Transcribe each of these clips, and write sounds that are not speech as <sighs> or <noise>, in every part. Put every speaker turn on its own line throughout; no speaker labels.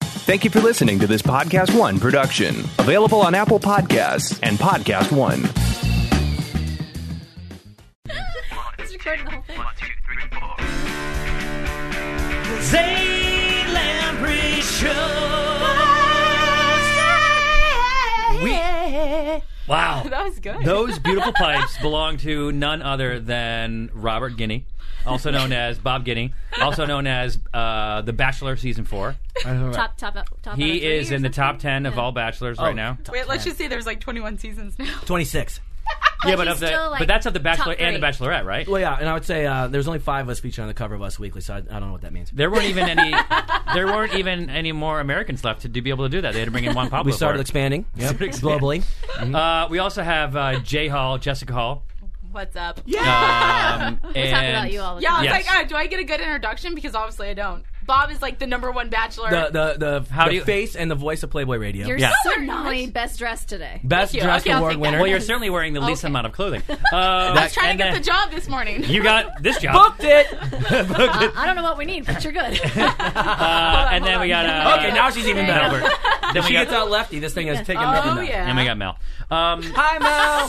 Thank you for listening to this Podcast One production, available on Apple Podcasts and Podcast One.
<laughs> It's recording the whole thing.
Zane Lamprey Wow.
That was good.
Those beautiful pipes belong to none other than Robert Guinea, also known as Bob Guinea, also known as uh, The Bachelor Season 4.
Top, top, top. out of
He
three
is
or
in the top
something.
10 of all Bachelors
Oh.
right now.
Wait, let's just see. There's like 21 seasons now. <laughs>
26.
Yeah, but,
he's
of the,
still, like,
but that's of The Bachelor
top
and The
three.
Bachelorette, right?
Well, yeah, and I would say uh, there's only five of us featured on the cover of Us Weekly, so I, I don't know what that means.
There weren't even any. there weren't even any more Americans left to, to be able to do that. They had to bring in Juan Pablo.
We
for it.
started
<laughs>
expanding yep,
Started
globally.
Uh, we also have uh, Jay Hall,
<laughs>
Jessica Hall.
What's up?
Um,
We talk about you all the
Yeah, I was
Yes.
like, ah, do I get a good introduction? Because obviously I don't. Bob is like the number one bachelor.
The the the,
How
the
do you-
face and the voice of Playboy Radio.
You're
Yeah.
certainly best dressed today.
Best
Thank you.
dressed
Okay, I'll
award
take that.
winner.
Well, you're certainly wearing the least
Okay.
amount of clothing. Uh,
<laughs> I was trying to get the job this morning.
You got this job.
booked it.
Uh, I don't know what we need, but you're good.
Uh, and then we got. Uh,
okay, now she's even better.
Albert. then we
she
got.
gets out lefty. This thing has taken.
oh
nothing
yeah.
And we got Mel. Um,
Hi Mel.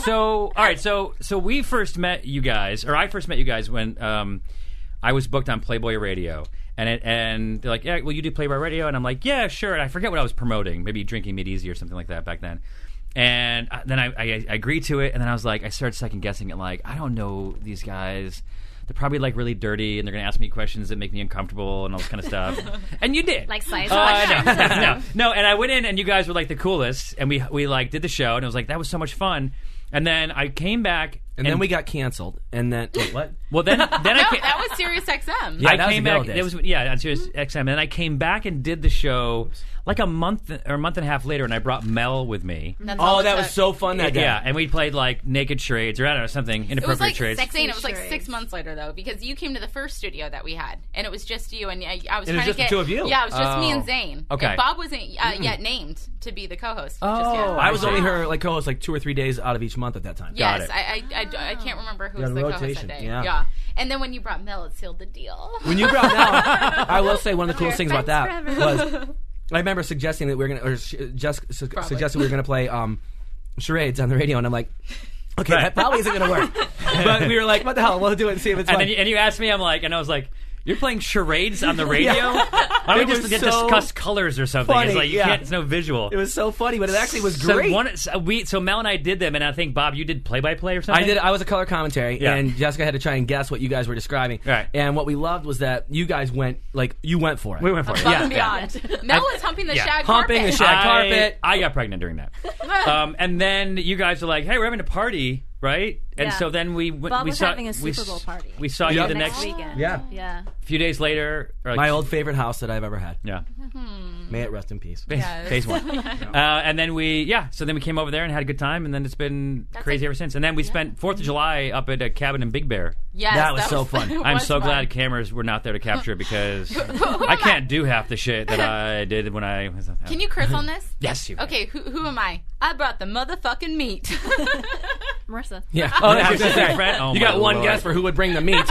<laughs> so all right, so so we first met you guys, or I first met you guys when um, I was booked on Playboy Radio, and it, and they're like, yeah, well, you do Playboy Radio, and I'm like, yeah, sure. And I forget what I was promoting, maybe drinking meat easy or something like that back then. And I, then I, I, I agreed to it, and then I was like, I started second guessing it, like I don't know these guys. They're probably like really dirty, and they're gonna ask me questions that make me uncomfortable and all this kind of
<laughs>
stuff. and you did,
Like science
Uh,
questions.
no, no, no. And I went in, and you guys were like the coolest, and we we like did the show, and it was like that was so much fun. And then I came back,
And, then we got canceled. And then wait, what?
<laughs> well
<laughs>
then then I
<laughs> No,
came,
that was Mm-hmm. Sirius XM.
Yeah,
I
that was
came
the good
back.
old
It
days.
was yeah on Sirius XM, and then I came back and did the show like a month or a month and a half later, and I brought Mel with me.
That's all
Oh,
it
that
took.
was so fun that day.
Yeah, and we played like naked charades or I don't know something
It was
inappropriate
like
charades.
sexy. and It was like
Trades.
six months later though, because you came to the first studio that we had, and it was just you and I, I was
And it was
trying
just
to
the
get
two of you?
Yeah, it was just me
Oh.
and Zane.
Okay.
And Bob wasn't uh, yet named to be the co-host. Oh, just yet.
I was only her like co-host like two or three days out of each month at that time.
Got
Yes,
it.
I, I, I, I can't remember who
Yeah,
was
the
the co-host
rotation,
that day.
yeah.
and then when you brought Mel, it sealed the deal. <laughs>
When you brought Mel, I will say one of the coolest things about that
friends
was I remember suggesting that we are gonna, or sh- just su- suggested we were gonna play um, charades on the radio, and I'm like, okay,
Right.
that probably isn't
<laughs>
gonna work. but we were like, what the hell? We'll do it and see if it's
and
fun.
then you, and you asked me, I'm like, and I was like. You're playing charades
<laughs>
on the radio. Why don't
It
we just
was so
discuss colors or something?
funny,
it's like you
yeah.
can't. It's no visual.
it was so funny, but it actually was
So
great.
one, so we so Mel and I did them, and I think Bob, you did play by play or something.
I did. I was a color commentary,
Yeah.
and Jessica had to try and guess what you guys were describing.
Right.
And what we loved was that you guys went like you went for it.
We went for it.
Above
Yeah.
and beyond. Mel was humping the
Yeah.
shag
Humping the
carpet.
shag-
I,
carpet.
I got pregnant during that.
<laughs>
um, and then you guys were like, "Hey, we're having a party, right?" And
Yeah.
so then we went,
Bob
we
was
saw
having a
we
Super Bowl
s-
party.
We saw
Yep.
you the next
next weekend.
Yeah.
Yeah.
few days later. or like-
My old favorite house that I've ever had.
<laughs>
yeah,
May it rest in peace.
Yes.
phase one. uh, and then we yeah, so then we came over there and had a good time, and then it's been crazy
like-
ever since. And then we spent Fourth of July up at a cabin in Big Bear.
Yes,
That was so
<laughs>
fun.
it
I'm
was
so
fun.
glad cameras were not there to
<laughs>
capture it because I can't do half the shit that I did when I was.
Can you curse
<laughs>
on this?
Yes, you. can.
Okay, who, who am I? I brought the motherfucking meat.
<laughs>
<laughs>
Marissa.
Yeah.
Oh, that's your sister's friend? Oh,
<laughs> you
my
got one
Lord.
guess for who would bring the meat.
<laughs>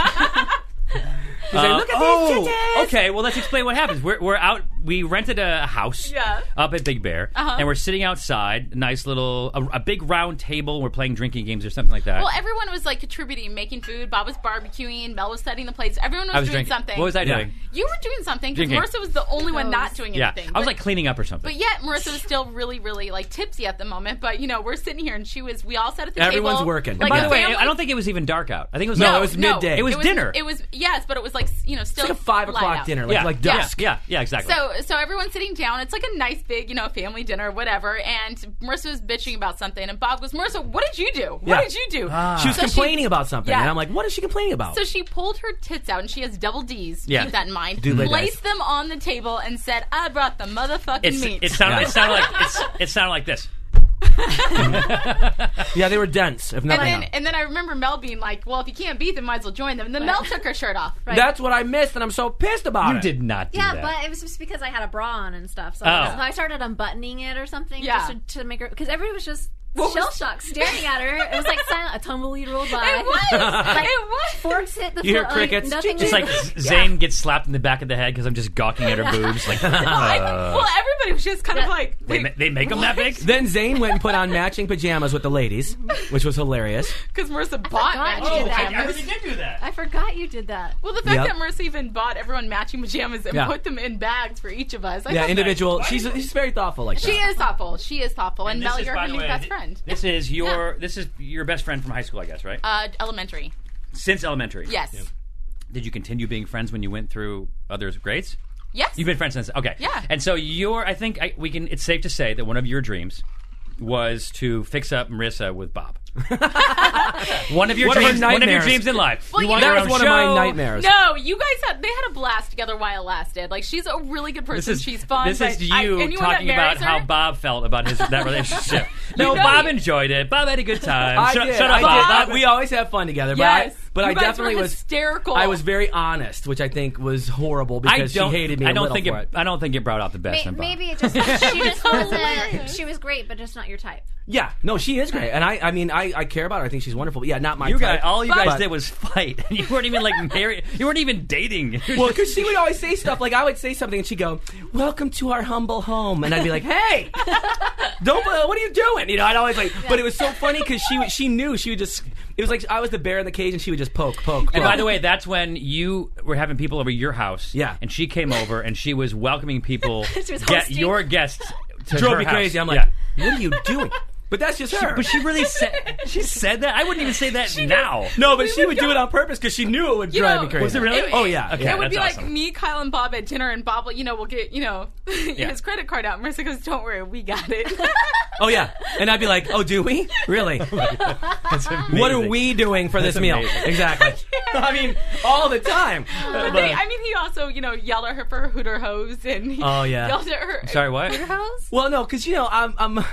Uh,
"Look at
oh,
these titties!"
okay. Well, let's explain what happens. We're, we're out. We rented a house
Yeah. Uh-huh.
up at Big Bear, and we're sitting outside. Nice little a, a big round table. We're playing drinking games or something like that.
well, everyone was like contributing, making food. Bob was barbecuing. Mel was setting the plates. Everyone was,
I was
doing
drinking.
something.
What was I
Yeah.
doing?
You were doing something because
Drinking.
Marissa was the only one not doing
Yeah,
anything.
I was
But-
like cleaning up or something.
But yet, Marissa was still really, really like tipsy at the moment. But you know, we're sitting here, and she was. We all sat at the
Everyone's
table.
working.
Like
By
a
the way,
family-
I don't think it was even dark out. I think it was
No,
like-
it was midday.
It was dinner.
It was yes, but it was like you know still
like a five
light
o'clock
out.
dinner, like,
yeah,
like
yeah,
dusk.
Yeah, yeah, exactly.
So so everyone's sitting down. It's like a nice big you know family dinner, whatever. And Marissa was bitching about something, and Bob goes, Marissa, what did you do? What
Yeah. Ah.
did you do?
She was
Uh-huh. So
complaining about something,
yeah.
and I'm like, "What is she complaining about?"
So she pulled her tits out, and she has double D's.
Yeah.
Keep that in mind.
Dude, like
Placed
dice.
them on the table and said, "I brought the motherfucking
it's,
meat."
it sounded it sounded like it's, it sounded like this.
yeah, they were dense. If nothing
and
else.
then, and then I remember Mel being like, "Well, if you can't beat them, might as well join them." And then Mel took her shirt off.
<laughs>
Right?
That's what I missed, and I'm so pissed about
You
it.
did not. Do
Yeah,
that.
but it was just because I had a bra on and stuff. So,
Oh.
I, so I started unbuttoning it or something
Yeah.
just to, to make her. Because everybody was just shell shocked staring at her. It was like silent, a tumbleweed rolled by.
it was.
Like,
it was.
<laughs> Forks hit the
You hear
floor.
crickets.
<laughs>
Like, nothing
It's <laughs>
was-
like Zane gets slapped in the back of the head because I'm just gawking at her boobs. Like,
I- well, but it was just kind of
Yeah.
like
<laughs> They, ma- they make them that big?
Then Zane went and put on matching pajamas with the ladies, which
<laughs>
was hilarious.
because Marissa bought
God,
matching
you did that.
pajamas.
did do that.
I forgot you did that.
Well, the fact
Yep.
that Marissa even bought everyone matching pajamas and
Yeah.
put them in bags for each of us. I
Yeah,
thought
individual.
Why
She's
do you-
she's very thoughtful like
She
that.
is thoughtful. She is thoughtful. And,
this
Mel,
is,
you're
by
her
the
new
way,
best
thi-
friend.
This is your this is your best friend from high school, I guess, right?
Uh, elementary.
Since elementary.
Yes.
Did you continue being friends when you went through other grades?
Yes.
You've been friends since. Okay.
Yeah.
And so your, I think I, we can. It's safe to say that one of your dreams was to fix up Marissa
<laughs>
with Bob. one of your
One of her
dreams. one of your
nightmares.
dreams in life. you want
know-
your
That was
own
one
show.
of my nightmares.
No, you guys had they had a blast together while it lasted. Like she's a really good person.
This is
she's fun.
This
but
is
I-
you
anyone that
talking about
marries her-
how Bob felt about his
<laughs>
that relationship. no,
know
Bob
you-
enjoyed it. Bob had a good time.
I
Uh, shut,
did.
shut up,
I
Bob.
did.
Bob-
I- we always have fun together. But
Yes.
I, but
You
I
guys were
definitely was
hysterical. <laughs>
I was very honest, which I think was horrible
I
because she
don't.
hated me.
I
a
don't
little
think
for
I don't think it brought out the best
May-
in Bob.
maybe it just she just wasn't. She was great, but just not your type.
Yeah, no, she is great, and I, I mean, I, I care about her. I think she's wonderful. But yeah, not my.
You guys,
type.
all you guys
But-
did was fight. <laughs> You weren't even like married. You weren't even dating. <laughs>
Well, because she would always say stuff like I would say something, and she'd go, "Welcome to our humble home," and I'd be like, "Hey, <laughs> don't! uh, What are you doing?" You know, I'd always like. But it was so funny because she would- she knew she would just. It was like I was the bear in the cage, and she would just poke, poke.
And
poke.
by the way, that's when you were having people over your house.
Yeah.
And she came over and she was welcoming people.
<laughs> She was
get
hosting.
your guests to
<laughs> drove
her
me
house.
crazy. I'm
Yeah.
like, "What are you doing?" But that's just her.
But she really said she said that. I wouldn't even say that now.
no, but
we
she
would
would do
go-
it on purpose because she knew it would
You
drive
know,
me crazy.
Was it really?
oh yeah.
Okay.
yeah.
it would be like
that's awesome.
me, Kyle, and Bob at dinner, and Bob, will- you know, will get, you know, <laughs> his credit card out. Marissa goes, "Don't worry, we got it."
Oh yeah. And I'd be like, "Oh, do we
<laughs>
really?"
That's
What are
amazing.
we doing for this
That's
meal?
amazing. <laughs> Uh,
Exactly. I mean, all the time.
but they, I mean, he also, you know, yelled at her for her hooter hose, and he
Oh, yeah.
yelled at her.
Sorry, what?
Well, no, because you know, I'm, I'm <laughs> I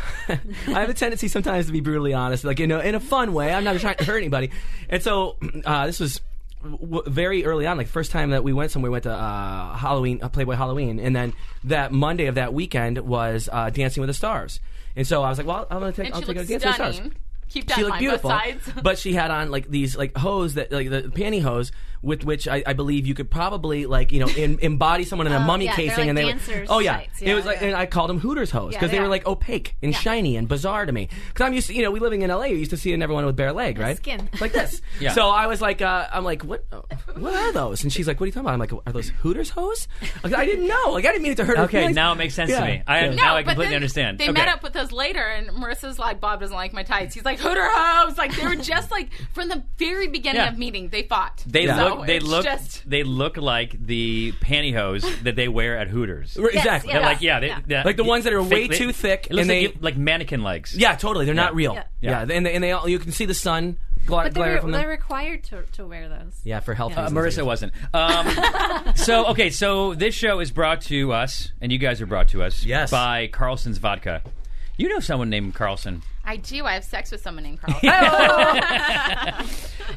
have a tendency sometimes to be brutally honest, like you know, in a fun way. I'm not trying to hurt anybody, and so <clears throat> uh, this was w- very early on, like first time that we went somewhere, we went to uh, Halloween, uh, Playboy Halloween, and then that Monday of that weekend was uh, Dancing with the Stars, and so I was like, well, I'm gonna take,
And
I'll
she
take a
looked
Dancing with the Stars.
stunning. Keep that
She
in
looked
mind.
beautiful,
Both
<laughs>
sides. <laughs>
but she had on like these like hose that like the pantyhose with which I, I believe you could probably like you know
<laughs>
em- embody someone in a mummy
Oh, yeah, they're
casing
like
and they
dancers'
oh yeah.
tights,
it
yeah,
was like
yeah.
and I called them Hooters hose
Yeah,
because they
they
were
are.
like opaque and shiny and bizarre to me because I'm used to you know we living in LA we used to seeing everyone with bare leg right
skin. <laughs>
like this
Yeah.
so I was like uh, I'm like what what are those and she's like what are you talking about I'm like are those Hooters hose Like, I didn't know like I didn't mean it to hurt her
Okay,
feelings.
now it makes sense
Yeah.
to me. I
Yeah.
now I
but
completely
then
understand.
They
okay.
met up with us later, and Marissa's like, "Bob doesn't like my tights." He's like, "Hooter hoes!" Like they were just like from the very beginning
Yeah.
of meeting, they fought.
They
Yeah.
look.
So
They
it's
look.
just-
They look like the pantyhose that they wear at Hooters.
exactly
yeah.
They're like yeah, they,
Yeah.
they're-
Like the ones that are way
they-
too thick
It looks like,
and they-
you- like mannequin legs.
yeah totally they're not
Yeah.
real
Yeah.
yeah, and they, and they all you can see the sun gla-
But
glare
they're,
from them
they're required to, to wear those.
yeah for health
Uh,
reasons
Marissa wasn't.
<laughs>
Um, so okay, so this show is brought to us, and you guys are brought to us.
Yes.
By Carlson's Vodka. You know someone named Carlson,
I do. I have sex with someone named
<laughs>
Carl.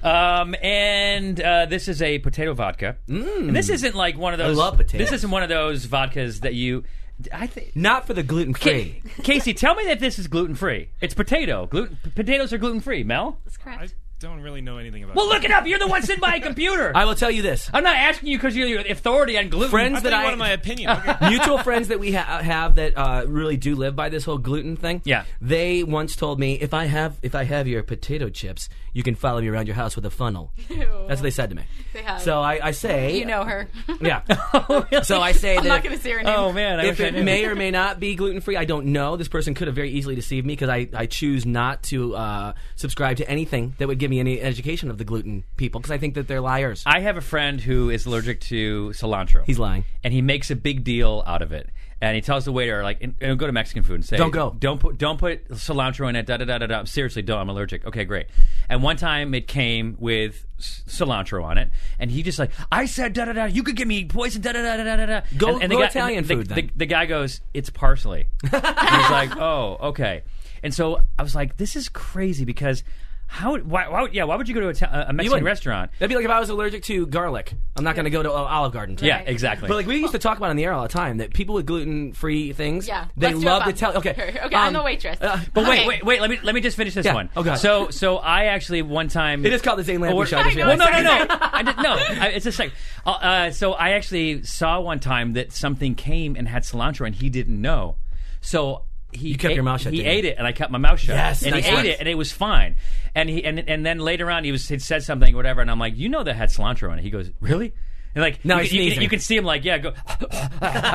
um, and uh, this is a potato vodka. Mm. this isn't like one of those.
love potatoes.
This isn't one of those vodkas that you. I think
not for the gluten free
Casey, tell me that this is gluten free. It's potato. Gluten potatoes are gluten free. Mel,
That's
I
correct.
don't really know anything about.
well, look it up. You're the one sitting by a computer. <laughs>
<laughs> I will tell you this
I'm not asking you because you're the authority on gluten.
Friends
I
that
think
I-
one of my opinion. Okay.
mutual friends that we ha- have that uh, really do live by this whole gluten thing.
Yeah.
they once told me if I have if I have your potato chips, you can follow me around your house with a funnel. That's what they said to me.
They have.
So I, I say,
you know
<laughs>
her.
yeah. So I say
I'm
that
not
if,
going to say her name.
Oh man, I
if
wish I
it
knew.
may or may not be gluten free, I don't know. This person could have very easily deceived me because I, I choose not to uh, subscribe to anything that would give me any education of the gluten people because I think that they're liars.
I have a friend who is allergic to cilantro.
He's lying.
and he makes a big deal out of it. And he tells the waiter, like, and, and go to Mexican food and say,
Don't go.
don't put, don't put cilantro in it. Da da da da da. Seriously, don't. I'm allergic. Okay, great. And one time it came with c- cilantro on it, and he just like, I said da da da. You could give me poison. Da da da da da da.
Go-
and, and
go
the guy,
Italian
the,
food,
The,
then.
the guy goes, it's
<laughs>
parsley. and he's like, oh, okay. And so I was like, this is crazy because. How? would- Why? why would, yeah. Why would you go to a, ta- a Mexican
wouldn't.
restaurant?
That'd be like if I was allergic to garlic. I'm not going to go to uh, Olive Garden.
Yeah,
Right.
exactly.
But like we used to talk about on the air all the time that people with gluten free things,
Yeah.
they
Let's do it,
love to
Bob.
tell. Okay, um, uh,
Here, here. <laughs> Okay, I'm the waitress.
<laughs> But wait,
Okay.
wait, wait. Let me let me just finish this
Yeah.
one.
Oh, God.
So so I actually one time
It is called the Zane Lamprey
Or-
Show, I just
well, no, no,
realized.
no. I did, no, I, it's a sec. Uh, uh, so I actually saw one time that something came and had cilantro, and he didn't know. So. He
kept
ate,
your mouth shut,
He
didn't you?
ate it, and I kept my mouth shut.
Yes,
and
nice
he ate
one.
it, and it was fine. And he and, and then later on, he was he said something, whatever, and I'm like, you know, that had cilantro in it. He goes, really? And like,
No,
you,
he's
can- you, can-
sneezing.
you can see him like, yeah,
<laughs>
go, <laughs>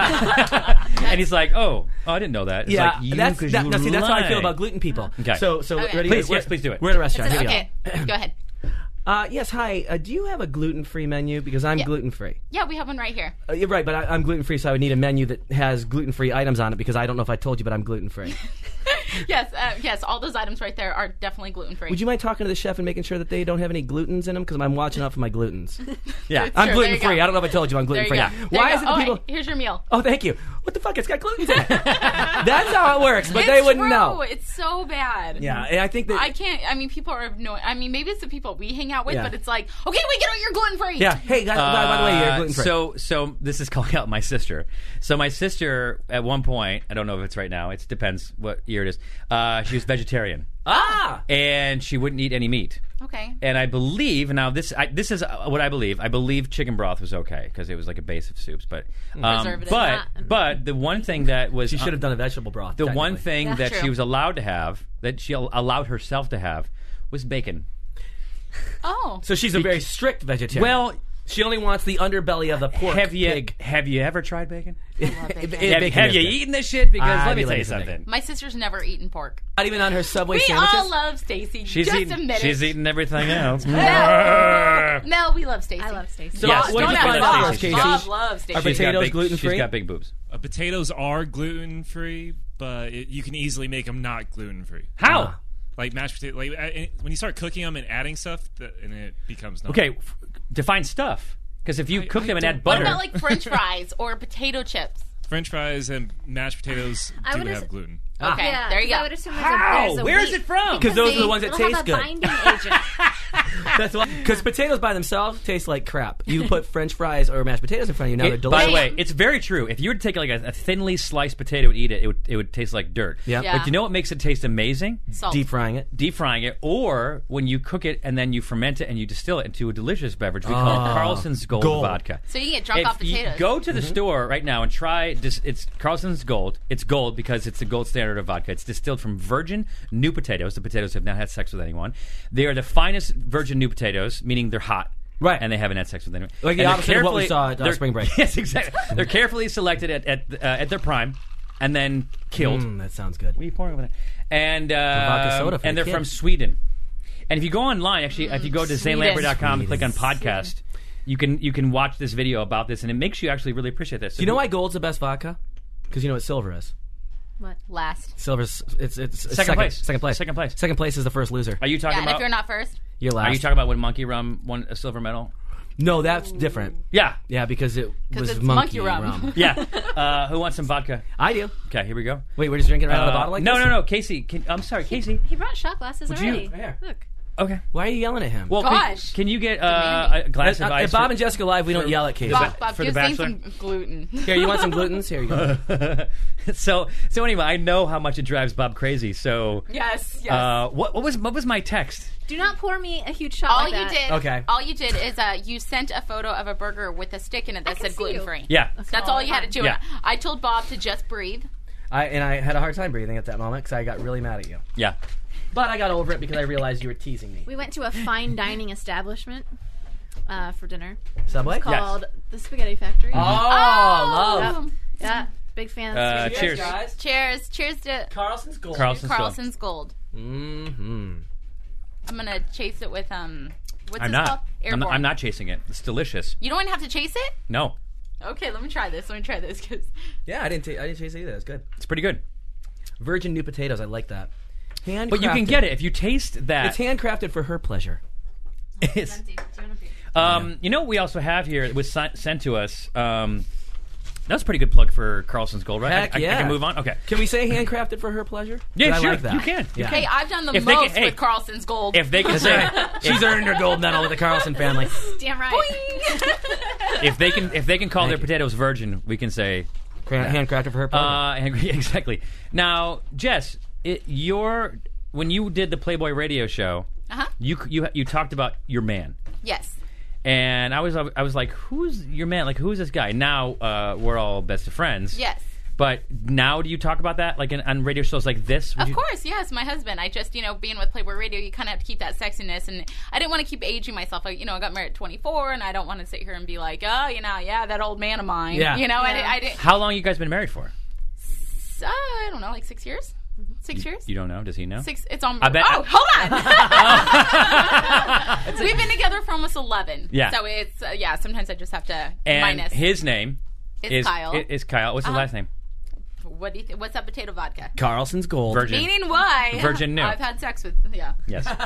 and he's like, oh, oh, I didn't know that. It's
Yeah,
like, you,
that's
'cause
that,
you
no, see, that's how I feel
lied.
about gluten people.
Okay.
So, so
Okay.
ready?
Please,
We're-
yes, please do it.
We're at a restaurant.
It's-
Here we
Oh, okay, go ahead.
go. Uh, yes, hi. Uh, do you have a gluten free menu? Because I'm
Yeah.
gluten free.
Yeah, we have one right here.
Uh, you're right, but I, I'm gluten free, so I would need a menu that has gluten free items on it. Because I don't know if I told you, but I'm
<laughs>
gluten free.
Yes, uh, yes, all those items right there are definitely gluten free.
Would you mind talking to the chef and making sure that they don't have any glutens in them? Because I'm watching out for
<laughs>
my glutens.
Yeah.
It's
I'm
Sure, there
gluten
you
free.
go.
I don't know if I told you, I'm gluten
There you
free.
go. There
Why
you
is it
go.
that
Oh,
people?
hey, here's your meal.
Oh, thank you. What the fuck? It's got gluten
<laughs>
in it. That's how it works, but they
It's
wouldn't
true.
know.
It's so bad.
Yeah, and I think that.
I can't. I mean, people are annoying. I mean, maybe it's the people we hang out with,
Yeah.
but it's like, okay, we get it. You're gluten free.
yeah. Hey, guys, Oh, by, by the way, you're
Uh,
gluten free.
So, so this is calling out my sister. So, my sister at one point, I don't know if it's right now. It depends what year it is. Uh, she was vegetarian,
uh,
ah,
and she wouldn't eat any meat.
Okay.
And I believe now this I, this is uh, what I believe. I believe chicken broth was okay because it was like a base of soups. But um,
Preservatives.
but
Not-
but the one thing that was uh,
you should have done a vegetable broth.
the one
technically.
thing
That's
that she
true.
was allowed to have that she al- allowed herself to have was bacon.
Oh.
So she's a very strict vegetarian.
Well,
she only wants the underbelly of the pork.
have you
pig.
have you ever tried bacon?
If- if
Have,
bacon
have
is
you
good.
eaten this shit? Because
Ah,
let me
we
tell
like
you
this thing.
something.
my sister's never eaten pork.
Not even on her Subway
We
sandwiches.
all love Stacy.
She's
Just
eaten,
a minute.
She's eaten everything <laughs> else.
Mel, Mel, we love Stacy.
I love Stacey.
So
Yes,
what do
don't
you
have
find
Bob.
out,
Bob
Casey?
Bob loves Stacy.
Are
She's got
potatoes
big-
gluten-free?
She's got big boobs.
Uh, potatoes are gluten free, but it, you can easily make them not gluten free.
How?
Like mashed potato, like uh, it- when you start cooking them and adding stuff, the, and it becomes not.
okay, f- define stuff. Because if you
I-
cook
I
them and
don't-
add
What
butter,
about like French fries or potato chips?
French fries and mashed potatoes
I
do
would've-
have gluten.
Ah.
Okay,
Yeah,
there you
'cause I
go.
would assume there's A,
how?
there's a
Where is
wheat.
it from?
Because those are the ones that
It'll
taste
have a
good.
binding agent.
That's why. Because potatoes by themselves taste like crap. You
<laughs>
put French fries or mashed potatoes in front of you, now they're
It- by
delicious.
the way, it's very true. If you were to take like a, a thinly sliced potato and eat it, it would it would taste like dirt.
Yeah.
Yeah.
But you know what makes it taste amazing?
Salt.
deep frying it.
Deep frying it, or when you cook it and then you ferment it and you distill it into a delicious beverage we call
Oh.
Carlson's Ah. Gold,
Gold.
Vodka.
So you can get drunk
If
off
you
potatoes.
Go to the
Mm-hmm.
store right now and try. Dis- it's Carlson's Gold. It's gold because it's the gold standard of vodka. It's distilled from virgin new potatoes. The potatoes have not had sex with anyone. They are the finest virgin new potatoes, meaning they're hot.
Right.
And they haven't had sex with anyone.
Like the
And they're
opposite of what we
carefully-
saw at, uh,
they're-
spring break.
<laughs> Yes, exactly. they're carefully selected at at, uh, at their prime, and then killed.
Mm, that sounds good.
What are you pouring over there? And uh,
vodka soda for
and
the
they're
kid.
from Sweden. And if you go online, actually, if you go to
Sweden.
zanlamper.com and click on podcast, you can you can watch this video about this, and it makes you actually really appreciate this.
Do you know why gold's the best vodka? Because you know what silver is.
What?
Last.
Silver's it's it's second,
place.
Second place.
Second place.
Second place is the first loser.
Are you talking
Yeah, and
about?
if you're not first,
You're last.
are you talking about when Monkey Rum won a silver medal?
No, that's different.
Yeah,
Yeah, because it was
it's monkey
monkey,
rum. <laughs>
yeah.
<laughs>
uh, who wants some vodka?
I do.
Okay, here we go.
Wait, we're just drinking it out of
Uh,
the bottle like
no,
this?
no, no, Casey. Can, I'm sorry, Casey.
He brought shot glasses
you-
already.
Here.
Look.
Okay.
Why are you yelling at him?
Well, can-
Gosh.
can, you get uh, a glass
Uh,
of ice?
at Bob
for-
and Jessica Live, we don't yell at Casey.
Bob, Bob
for the
give Zane some
Bachelor? <laughs>
gluten.
Here, you want some glutens? Here you go.
so, so anyway, I know how much it drives Bob crazy. So,
yes, yes.
uh, what, what was what was my text?
Do not pour me a huge shot.
all
like
you
that.
did,
Okay.
all you did is uh, you sent a photo of a burger with a stick in it that
can
said
see you.
gluten free.
Yeah.
That's all you had to do.
Yeah.
I told Bob to just breathe.
I, and I had a hard time breathing at that moment because I got really mad at you.
Yeah.
But I got over it because I realized you were teasing me.
We went to a fine dining establishment uh, for dinner
Subway?
called the Spaghetti Factory.
Oh, love.
Um,
Yeah, big fan. Of
Uh,
spaghetti.
cheers.
guys.
cheers, cheers to
Carlson's gold.
Carlson's Gold.
Carlson's gold.
Mm-hmm.
I'm gonna chase it with um. What's
I'm
this called?
not. I'm not.
Airborne.
I'm not chasing it. It's delicious.
You don't have to chase it.
No,
Okay, let me try this. Let me try this because
Yeah, I didn't, ta- I didn't taste it either. That's good.
it's pretty good.
Virgin new potatoes. I like that. Handcrafted.
But you can get it if you taste
It's
that.
handcrafted for her pleasure.
<laughs> It's- um, you know what we also have here was si- sent to us. Um, That was a pretty good plug for Carlson's Gold, right? I-
Heck
I, I
yeah.
can move on. Okay.
Can we say handcrafted for her pleasure?
Yeah,
'Cause I
sure.
like that.
You can. You
Yeah.
Hey, I've done the
If they
most
can- hey.
with Carlson's gold.
If they can
That's
say,
right. She's earned her gold medal with the Carlson family.
Damn right.
if they can, if they can call
Thank
their
you.
potatoes virgin, we can say,
Cra- Handcrafted for her pleasure.
uh, <laughs> and- exactly. Now, Jess, it, your when you did the Playboy Radio show,
Uh-huh.
you c- you you talked about your man.
yes.
And I was I was like, who's your man? Like, who's this guy? Now uh, we're all best of friends.
Yes.
But now do you talk about that like in, on radio shows like this? Would
Of
you-
course, yes, my husband. I just, you know, being with Playboy Radio, you kind of have to keep that sexiness, and I didn't want to keep aging myself. I, you know, I got married at 24, and I don't want to sit here and be like, oh, you know, yeah, that old man of mine.
Yeah.
You know, I,
Yeah.
di- I didn't.
How long you guys been married for?
Uh, I don't know, like six years,
Mm-hmm.
six years,
You don't know? Does he know?
six. It's on.
I bet-
oh,
I-
hold on.
<laughs>
<laughs> We've been together for almost 11.
Yeah.
So it's uh, yeah. Sometimes I just have to
and
minus.
his name
It's
is
Kyle. Uh-huh.
i- Is Kyle? What's the last name?
what do you th- What's that potato vodka?
Carlson's gold.
Virgin.
Meaning why? <laughs>
Virgin new.
I've had sex with yeah. <laughs>
Yes. <laughs>
Yes.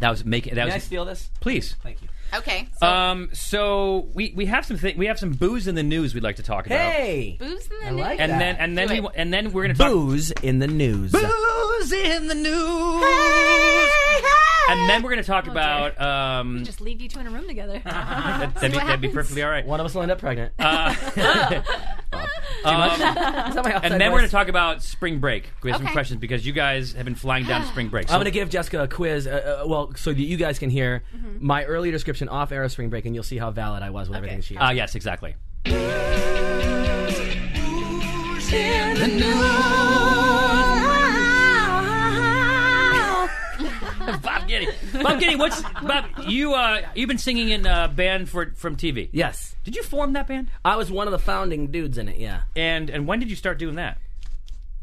That was making. That
Can I
was
steal this?
please.
Thank you.
Okay. So
Um. So we we have some thi- we have some booze in the news we'd like to talk about.
Hey,
boobs in the
I
nude.
like
And
that.
then and then
Do
we,
it.
wa- and then we're gonna talk.
booze in the news.
Booze in the news. And then we're gonna talk
Oh,
about um.
Just leave you two in a room together.
That, <laughs> that'd, be,
what
that'd be
happens.
perfectly all right.
One of us will end up pregnant.
Uh,
<laughs>
Um,
Is that my outside
and then we're going
voice?
to talk about spring break. We have some
Okay.
questions because you guys have been flying down to spring break.
I'm
So-
going to give Jessica a quiz. Uh, uh, well, so that you guys can hear my earlier description off air of spring break, and you'll see how valid I was with everything she.
Ah, yes,
<laughs>
exactly. Bob Giddy. Bob Giddy, what's Bob? You uh, you've been singing in a band for from TV.
yes,
Did you form that band?
I was one of the founding dudes in it. Yeah,
And and when did you start doing that?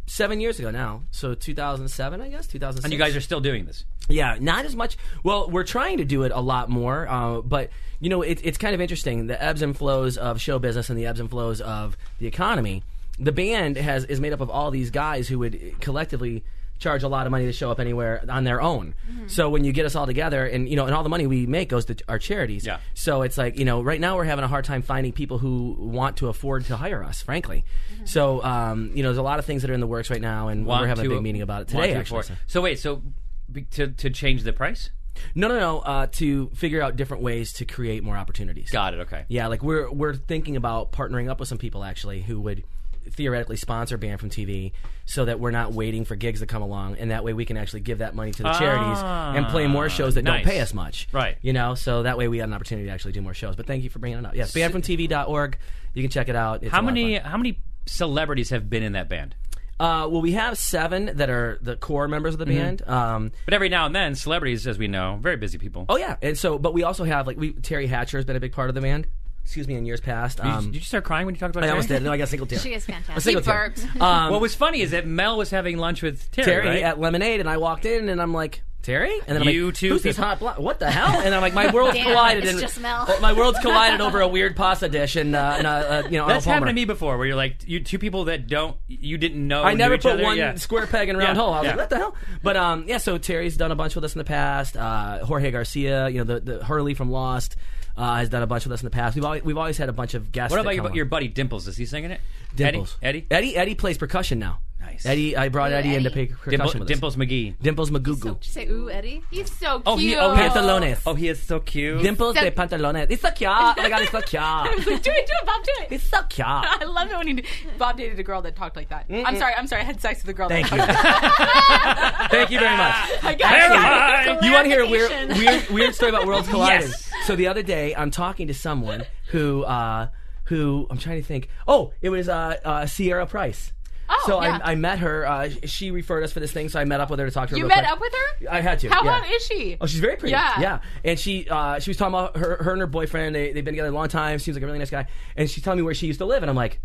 seven years ago now. So 2007, I guess 2006.
And you guys are still doing this.
Yeah, not as much. Well, we're trying to do it a lot more, uh, but you know, it, it's kind of interesting the ebbs and flows of show business and the ebbs and flows of the economy. The band has is made up of all these guys who would collectively charge a lot of money to show up anywhere on their own.
Mm-hmm.
So when you get us all together, and you know, and all the money we make goes to our charities.
Yeah.
So it's like you know, right now we're having a hard time finding people who want to afford to hire us. Frankly, so um, you know, there's a lot of things that are in the works right now, and
Mm-hmm. Want
we're having
to-
a big meeting about it
want
today.
to
Actually,
afford-
so.
So wait, so be- to to change the price?
No, no, no. Uh, to figure out different ways to create more opportunities.
Got it. Okay.
Yeah, like we're we're thinking about partnering up with some people actually who would theoretically sponsor band from TV, so that we're not waiting for gigs to come along, and that way we can actually give that money to the charities and play more shows that
Ah, nice.
don't pay us much.
Right.
You know, so that way we have an opportunity to actually do more shows. But thank you for bringing it up. Yes, bandfromtv.org. You can check it out. It's
How
a lot of
many
fun.
how many celebrities have been in that band?
Uh, well, we have seven that are the core members of the
Mm-hmm.
band. Um,
But every now and then, celebrities, as we know, very busy people.
Oh yeah, and so but we also have like we Terry Hatcher has been a big part of the band. Excuse me, in years past.
Did you-
Um,
did you start crying when you talked about?
I almost
Terry?
did. No, I got single tear.
She is
A
fantastic.
single tear.
burped.
Um,
What was funny is that Mel was having lunch with Terry.
Terry
right?
at Lemonade, and I walked in, and I'm like. Terry, and then I'm
You
like,
two
who's this
people-
hot block? What the hell? And I'm like, my world's
Damn,
collided.
it's
and-
just Mel.
Oh, my world's collided over a weird pasta dish, and, uh, and uh, uh, you know,
That's
Arnold Palmer.
happened to me before, where you're like you two people that don't you didn't know.
I
knew
never
each
put
other.
one
Yeah.
square peg in a round
Yeah,
hole. I was
yeah.
like, what the hell? But um, yeah, so Terry's done a bunch with us in the past. Uh, Jorge Garcia, you know, the, the Hurley from Lost, uh, has done a bunch with us in the past. We've always, we've always had a bunch of guests.
What
that
about
come
your,
on.
your buddy Dimples? Is he singing it?
Dimples.
Eddie. Eddie.
Eddie Eddie plays percussion now.
Nice.
Eddie, I brought
Ooh,
Eddie, in to play
Eddie.
percussion
Dimple-
with us.
Dimples McGee.
Dimples Magugu.
Did you say ooh, Eddie?
He's so cute.
Oh, he- oh, he has
Pantalones.
Oh, he is so cute.
Dimples
So-
de pantalones. It's so cute. Oh my god, it's so
I was <laughs>
cute.
like, <laughs> do it, do it, Bob, do it.
It's so
<laughs>
cute.
I love it when you do. Bob dated a girl that talked like that. I'm sorry, I'm sorry. I had sex with a girl
Thank
that
you.
<laughs>
talked
Thank you very much.
Ah,
I got <laughs>
Terrifying.
You want to hear a weird,
Clarification.
weird, weird story about worlds colliding?
Yes.
So the other day, I'm talking to someone who, uh, who I'm trying to think. Oh, it was uh, uh, Sierra Price.
Oh,
so
yeah.
I, I met her. Uh, sh- she referred us for this thing, so I met up with her to talk to her.
You
real
met
quick.
up with her?
I had to.
How
yeah.
hot is she?
Oh, she's very pretty.
Yeah.
yeah. And she uh, she was talking about her, her and her boyfriend. They, they've been together a long time. Seems like a really nice guy. And she's telling me where she used to live, and I'm like,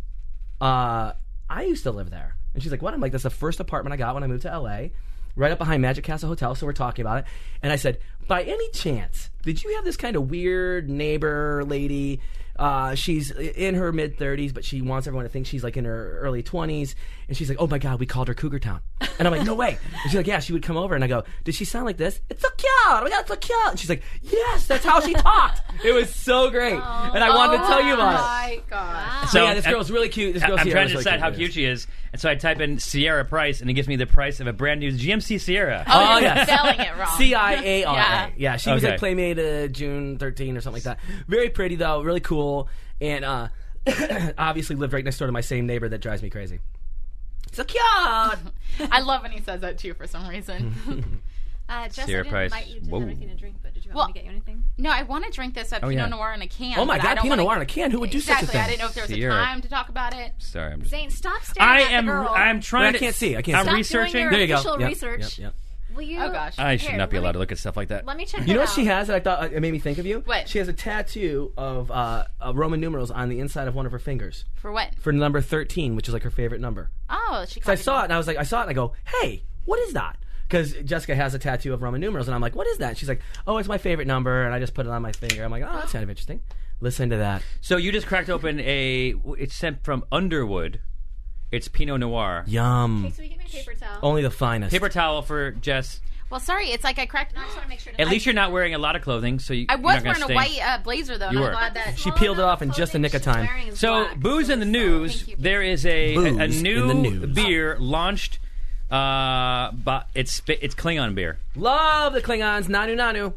uh, I used to live there. And she's like, what? I'm like, that's the first apartment I got when I moved to LA, right up behind Magic Castle Hotel. So we're talking about it. And I said, by any chance, did you have this kind of weird neighbor lady? Uh, she's i- in her mid 30s, but she wants everyone to think she's like in her early 20s. And she's like, "Oh my god, we called her Cougar Town." And I'm like, "No way!" And she's like, "Yeah." She would come over, and I go, "Did she sound like this?" It's so cute. Oh my god, it's so cute. And she's like, "Yes, that's how she talked." it was so great, and I wanted to tell you about it.
My God.
So
yeah, this
and-
girl's really cute. This girl's
I'm
here.
trying
It's
to
really
decide how cute she is, and so I type in Sierra price, and it gives me the price of a brand new GMC Sierra.
Oh, you're
yes.
spelling it wrong.
C I A R.
Yeah.
A. Yeah, she was
Okay.
like Playmate uh, June 13 or something like that. Very pretty though, really cool, and uh, <coughs> obviously lived right next door to my same neighbor that drives me crazy. Oh So cute.
I love when he says that to you for some
<laughs>
reason.
Uh, Jess,
Sierra
I didn't
Price.
invite you to
Whoa.
have anything to drink, but did you want
Well-
me to get you anything?
no, I want to drink this at
Oh,
Pinot
yeah.
Noir in a can.
Oh my
but I
god,
don't
Pinot Noir
wanna-
in a can. Who would do
exactly.
such a thing?
I didn't know if there was
Sierra.
a time to talk about it.
Sorry, I'm just.
Zane, stop staring
I
at
am.
the girl.
I'm
Wait, I
trying to.
can't see. I can't
I'm
see.
Stop
researching.
Doing your
There you go.
Official
Yep,
research.
yep, yep.
Will you?
Oh, gosh.
I should
Here,
not be
let me-
allowed to look at stuff like that.
Let me check.
You
that
know what she
out.
has that I thought uh, it made me think of you?
What?
She has a tattoo of uh, uh, Roman numerals on the inside of one of her fingers
For what?
for number 13, which is like her favorite number.
Oh, she.
So I saw it and I was like, I saw it and I go, hey, what is that? Because Jessica has a tattoo of Roman numerals and I'm like, what is that? she's like, oh, it's my favorite number and I just put it on my finger. I'm like, oh, that's kind of interesting. Listen to that.
So you just cracked open a. It's sent from Underwood. It's Pinot Noir.
Yum.
So we get me a paper towel.
Only the finest.
Paper towel for Jess.
Well, sorry, it's like I cracked.
I just want to make sure.
At least you're not wearing a lot of clothing, so you.
I
you're
was
not gonna
wearing a
stink.
white uh, blazer though.
You
and
were.
I'm glad
<laughs>
that.
She peeled it off in just a nick of time.
So booze in the news.
Thank you.
There is a a, a
Booze in
new
the news.
beer launched. Uh, but it's it's Klingon beer.
Love the Klingons. Nanu Nanu.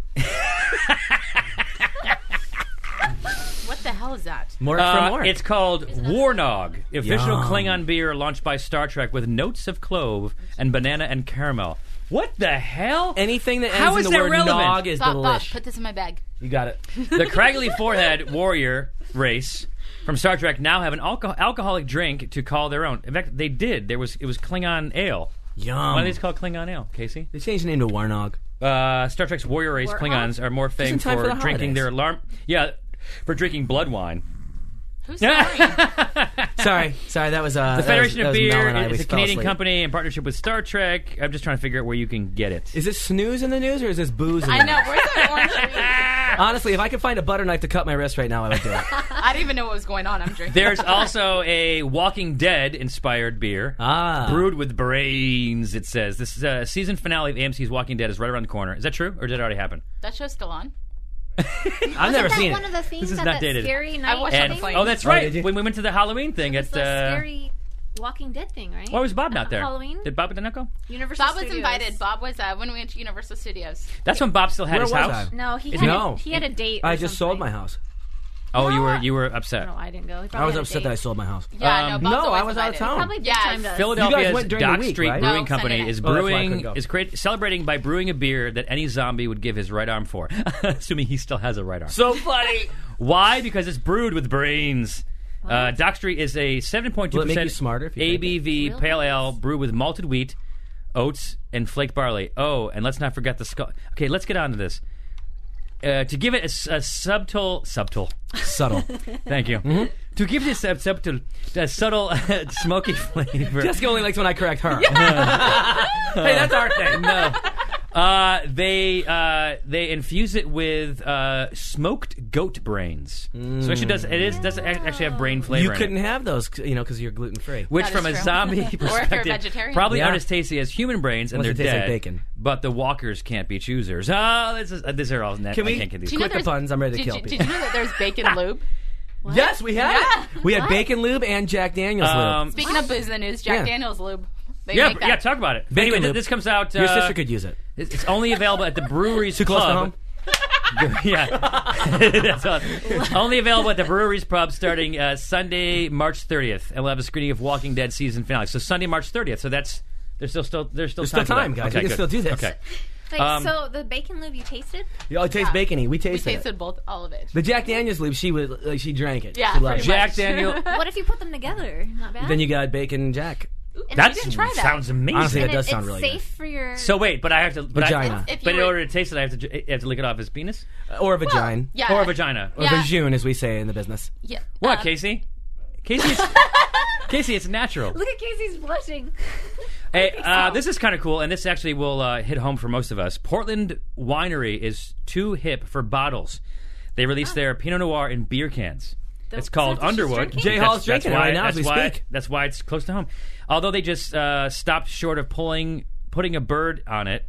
What the hell is that?
More
Uh,
from more.
It's called Warnog, the official
Yum.
Klingon beer launched by Star Trek with notes of clove and banana and caramel. What the hell?
Anything that ends
How
in
is
the
that
word
relevant?
nog is
Thought, thought.
delish.
Put this in my bag.
You
<laughs>
got it.
the craggly forehead warrior race from Star Trek now have an alco- alcoholic drink to call their own. In fact, they did. There was it was Klingon ale.
Yum.
Why are these called Klingon ale, Casey?
They changed the name to Warnog.
Uh, Star Trek's warrior race Klingons are more famed
time
for,
for the
drinking
holidays.
their alarm. Yeah, for drinking blood wine.
Who's sorry?
<laughs>
Sorry, sorry. That was uh,
The Federation
that
of
was, that was Mel
Beer
and I. We
is a
fell
Canadian
asleep.
company in partnership with Star Trek. I'm just trying to figure out where you can get it.
Is this snooze in the news or is this booze? In the
I know.
News?
Where's that orange? juice?
Honestly, if I could find a butter knife to cut my wrist right now, I would
<laughs>
do it.
I didn't even know what was going on. I'm drinking.
There's also a Walking Dead inspired beer.
Ah.
Brewed with brains, it says. This uh, season finale of AMC's Walking Dead is right around the corner. Is that true, or did it already happen?
that show's still on.
I've
Isn't
never
that
seen
one
it.
of the things
This is
that
not
that
dated.
scary
I
night?
watched
And
the plane.
oh, that's
Oh,
right.
did you?
when we went to the Halloween thing at.
It's the
Uh,
scary Walking Dead thing, right?
why was Bob not there?
Halloween.
Did Bob not go?
Universal
Bob was
Studios.
invited. Bob was uh, when we went to Universal Studios.
That's when Bob still had
Where
his
was
house.
No, he
Is
had,
he-
No.
a, he had a date.
I
or
just
something.
sold my house.
Oh, you were you were upset.
No, I didn't go. He
I
probably
was
had a
upset
date.
that I sold my house.
Yeah,
Um,
no, Bob
no,
still
I
was
was out of
invited.
town.
Probably big
Yes.
time does.
You guys
Philadelphia's
went during the
Dock
week,
Street
right?
Brewing
No, Sunday
Company
night.
is
Oh, that's why I
brewing
couldn't go.
is great, celebrating by brewing a beer that any zombie would give his right arm for, <laughs> assuming he still has a right arm.
So funny.
Why? Because it's brewed with brains. Uh, Dock Street is a 7.2%
Will it make you smarter if you drink it?
ABV pale ale brewed with malted wheat, oats, and flaked barley. Oh, and let's not forget the skull. Okay, let's get on to this. Uh, to give it a, s- a subtle, subtle,
<laughs>
Subtle.
thank
<laughs>
you.
Mm-hmm.
To give this a subtle, a subtle <laughs> smoky flavor.
Jessica only likes when I correct her. <laughs> hey, that's our thing.
no. Uh, they uh, they infuse it with uh, smoked goat brains, so it actually does it is does actually have brain flavor.
You
in it.
couldn't have those, you know, because you're gluten free.
Which,
That
from a
is true. <laughs>
zombie
Or if you're a
perspective,
vegetarian.
probably
Yeah.
aren't as tasty as human brains, and
Unless
they're
it tastes
dead.
like bacon.
But the walkers can't be choosers. Oh, this is, uh, these are all. Net,
Can
I
we-
can't get these.
Do you know
Quick
there's-
puns, I'm ready to
did
kill
you,
people.
Did you know that there's bacon
<laughs>
lube?
Yes, we had it. We had bacon lube and Jack Daniels
Um,
lube.
Speaking of booze in the news, Jack
Yeah.
Daniels lube. They
yeah,
make that.
yeah. Talk about it. But
Bacon
anyway, th-
loop.
this comes out.
Your
uh,
sister could use it.
It's it's only available at the breweries.
<laughs> Too close
pub.
to home.
yeah. <laughs> That's all. Only available at the Breweries Pub starting uh, Sunday, March 30th. And we'll have a screening of Walking Dead season finale. So Sunday, March 30th. So that's there's still still there's still
There's
time,
still
for
time,
that.
guys.
Okay,
We can
good.
still do this.
Okay.
Like,
Um,
so the bacon lube you tasted?
Oh, it tastes bacony. We
We
tasted, it.
tasted both, all of it.
The Jack Daniels lube, she would like she drank it.
Yeah,
she loved
pretty
it.
much.
Jack
<laughs>
Daniel.
What if you put them together? Not bad.
Then you got bacon and Jack.
And
That
it's-
didn't try that.
sounds amazing.
Honestly,
and
That does
it-
sound
it's
really
safe
good.
for your.
So wait, but I have to but
Vagina.
I,
If
but
you
in
were-
order to taste it, I have to j- I have to lick it off his penis
Uh, Or a vagina.
Yeah.
or a vagina.
Or
Yeah.
vagine, as we say in the business.
Yeah.
What,
Um, <laughs>
Casey? Casey, it's, Casey, it's natural.
Look at Casey's <laughs> blushing.
Hey, uh, this is kind of cool, and this actually will uh, hit home for most of us. Portland Winery is too hip for bottles. They
Ah.
release their Pinot Noir in beer cans.
Th-
it's called
is that what she's
Underwood.
drinking?
Jay
That's-
Hall's
that's
drinking it
why-
right now as
that's
we
why-
speak.
That's why it's close to home. Although they just uh, stopped short of pulling putting a bird on it.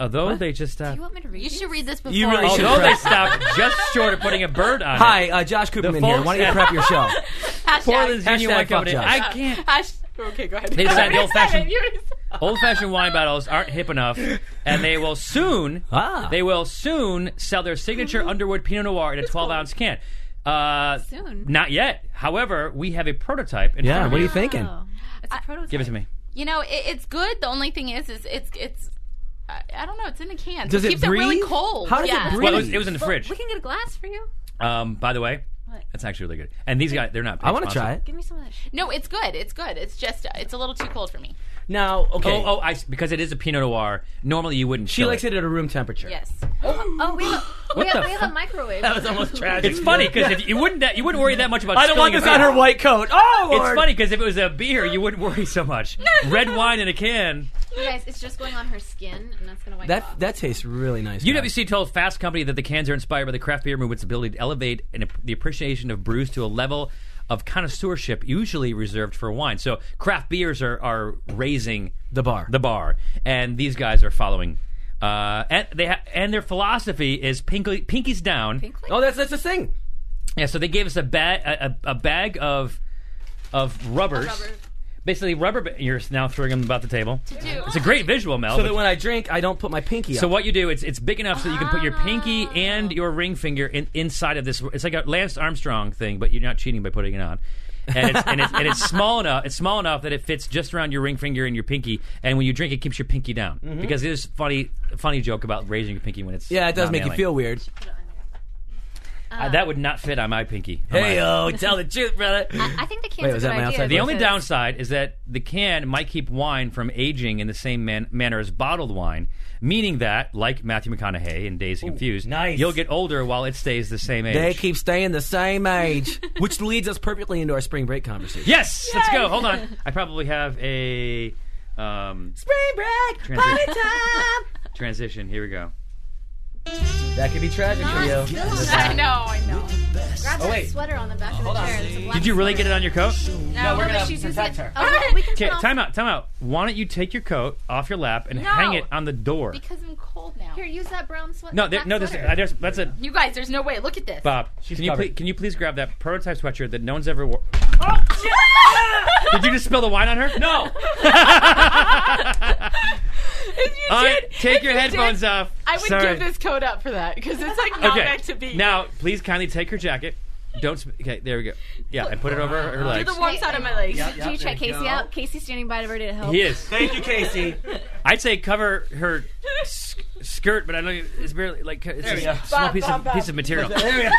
Although they just uh,
Hmm? You want me to read?
You
these?
should read this before.
You really should
although they
prep.
stopped just short of putting a bird on it.
Hi, uh, Josh Cooperman here.
folks
Why don't you
at-
prep your show? <laughs>
Hashtag-
Portland's Union
Hashtag
Wine
fuck
Company.
Josh.
I can't.
Hash- okay, go ahead.
They
<laughs>
decided the old-fashioned-
You already said it.
Old-fashioned
<laughs>
wine bottles aren't hip enough, and they will soon
Ah.
they will soon sell their signature Underwood Pinot Noir in a 12-ounce can. Uh,
Mm-hmm. Soon.
Not yet. However, we have a prototype. In
Yeah,
front of
what are you
me.
thinking?
Oh, it's a prototype.
Give it to me.
You know, it, it's good. The only thing is, is it's it's. I, I don't know. It's in a can.
Does it
keeps it really
breathe?
cold.
How does it
yeah.
breathe?
Well, it was, it was in the
Well,
fridge.
We can get a glass for <gasps> you.
Um, by the way,
What?
that's actually really good. And these guys, they're not.
I want to try it.
Give me some of that. Shit.
No, it's good. It's good. It's just uh, it's a little too cold for me.
Now, okay.
Oh, oh, I, because it is a Pinot Noir. Normally, you wouldn't.
she
chill
likes it at a room temperature.
Yes.
Oh, we have, we,
What
have,
the
we have a microwave.
That was <laughs> almost tragic.
It's funny because if you wouldn't, that, you wouldn't worry that much about.
I don't want
spilling
this
a
on
beer.
her white coat. Oh,
It's
Lord.
funny because if it was a beer, you wouldn't worry so
<laughs>
much. Red wine in a can.
You guys, it's just going on her skin, and that's gonna wipe
That
off.
that tastes really nice. guys.
UWC told Fast Company that the cans are inspired by the craft beer movement's ability to elevate an, the appreciation of brews to a level of connoisseurship usually reserved for wine. So craft beers are, are raising
The bar.
the bar, and these guys are following. Uh, and they ha- and their philosophy is pinky, pinkies down.
Oh, that's that's the thing.
Yeah, so they gave us a bag a, a, a bag of of rubbers.
rubber.
Basically, rubber. Ba- you're now throwing them about the table.
do-
It's a great visual, Mel.
So
but-
that when I drink, I don't put my pinky up.
so what you do? It's it's big enough so that you can put your pinky and your ring finger in, inside of this. It's like a Lance Armstrong thing, but you're not cheating by putting it on. And it's, and, it's, and it's small enough. It's small enough that it fits just around your ring finger and your pinky. And when you drink, it keeps your pinky down because there's funny funny joke about raising your pinky when it's
Mm-hmm. Yeah, it does
not
make you
manly.
feel weird.
Uh, that would not fit on my pinky. on my-
Hey, yo, tell <laughs> the truth, brother.
I think the can's
Wait,
a
was
good
that my
idea.
outside
The only
because-
downside is that the can might keep wine from aging in the same man- manner as bottled wine, meaning that, like Matthew McConaughey in Days Confused,
nice.
you'll get older while it stays the same age.
They keep staying the same age, which leads us perfectly into our spring break conversation.
yes, let's go. Hold on. I probably have a um,
Spring break,
Transi-
party time.
transition. Here we go.
That could be tragic for you.
I know. I know.
Grab
Oh,
that
wait.
sweater on the back of the chair. There's a black
Did you really
sweater.
get it on your coat?
No,
we're gonna
she's
protect
using-
her.
Oh, we're gonna- we can
Okay,
turn off-
time out, time out. Why don't you take your coat off your lap and
No.
hang it on the door?
Because I'm cold now.
Here, use that brown sweater.
no, there, no, this, I just, that's a
You guys, there's no way. Look at this. <laughs>
Bob. can you
covered.
please, can you please grab that prototype sweatshirt that no one's ever worn? Did you just spill the wine on her? <laughs> No. All right,
<laughs>
take your headphones off.
I would
Sorry.
give this coat up for that because it's like not
okay.
meant to be.
Now, please kindly take her jacket. Don't. Sp- okay, there we go. Yeah, and put it over her
do
legs.
the warm side of my legs.
Yep.
Do you check
There you
Casey
go.
out? Casey's standing by ready to help.
He is.
Thank you, Casey.
I'd say cover
<laughs>
her s- skirt, but I know it's barely like it's
There we
just
go.
a small
Bob,
piece
Bob,
of
Bob.
piece of material.
There we go.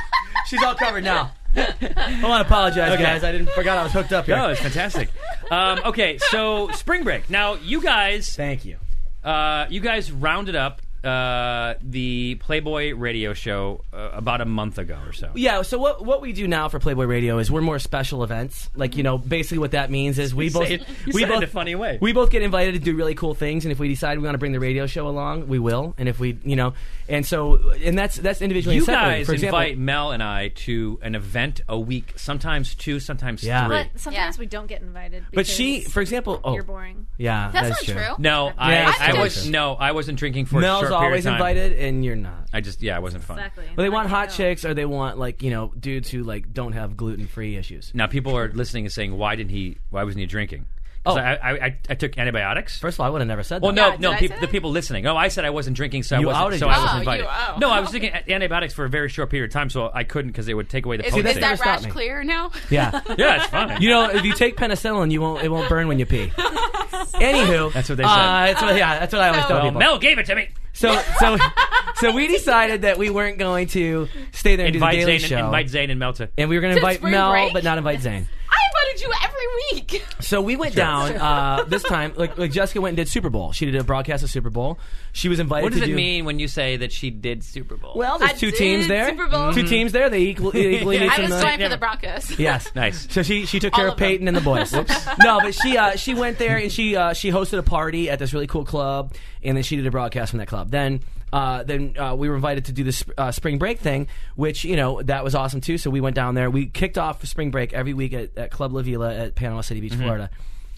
She's all covered now. I want to apologize,
Okay.
guys. I didn't forgot I was hooked up here.
No, it's fantastic. Um, okay, so spring break. Now, you guys
Thank you.
Uh, you guys rounded up uh, the Playboy radio show uh, about a month ago or so.
Yeah, so what what we do now for Playboy Radio is we're more special events. Like, you know, basically what that means is we both
said it- you
we
said it
both
in a funny way.
We both get invited to do really cool things and if we decide we want to bring the radio show along, we will. And if we, you know, and so and that's that's individually
You
and separately.
guys
for example,
invite Mel and I to an event a week, sometimes two, sometimes
Yeah.
three.
But sometimes
Yeah.
we don't get invited.
But she,
because
for example, oh
you're boring.
Yeah,
That's
that's
not true.
No,
Yeah,
I, I
that's
was
true.
no, I wasn't drinking for a
Mel's
short period of
always
time.
invited and you're not.
I just yeah, I wasn't fun.
Exactly.
Well, they want
Like,
hot
no.
chicks or they want like, you know, dudes who like don't have gluten-free issues.
Now people are listening and saying, why didn't he? Why wasn't he drinking? 'Cause
Oh.
I, I, I, I took antibiotics.
First of all, I would have never said
Well,
that.
no,
Yeah,
no,
did I
peop-
say
the
that?
people listening. No, I said I wasn't drinking, so
You
I wasn't.
outed
So
you.
I was
Oh, you-
invited.
oh.
No, I was taking a- antibiotics for a very short period of time, so I couldn't because it would take away the
is,
potency.
is
never
that
stopped
rash
me.
clear now?
<laughs> Yeah.
yeah, it's <laughs> fine.
You know, if you take penicillin, you won't it won't burn when
<laughs>
you pee. Anywho,
That's what they
Uh,
said.
that's what, yeah, that's what I always tell
Well,
people.
Mel gave it to me.
So so so we decided that we weren't going to stay there and do the
Invite
daily
Zane,
show,
and, invite Zane and Mel to.
and we were going to invite
spring
Mel,
break?
but not invite Zane.
I invited you every every week. <laughs>
So we went down uh, this time. Like, like Jessica went and did Super Bowl. She did a broadcast of Super Bowl. She was invited.
What does
to
it
do-
mean when you say that she did Super Bowl?
Well, there's
I
two
did
teams there.
Super Bowl.
Two teams there. They equal- they equally.
<laughs>
need
I
some,
was
uh,
trying for the Broncos. <laughs>
Yes,
Nice.
So she she took care
All
of
of them.
Peyton and the boys. <laughs> no, but she uh, she went there and she uh, she hosted a party at this really cool club, and then she did a broadcast from that club. Then uh, then uh, we were invited to do this uh, spring break thing, which you know that was awesome too. So we went down there. We kicked off spring break every week at, at Club La Vila at Panama City Beach, Florida.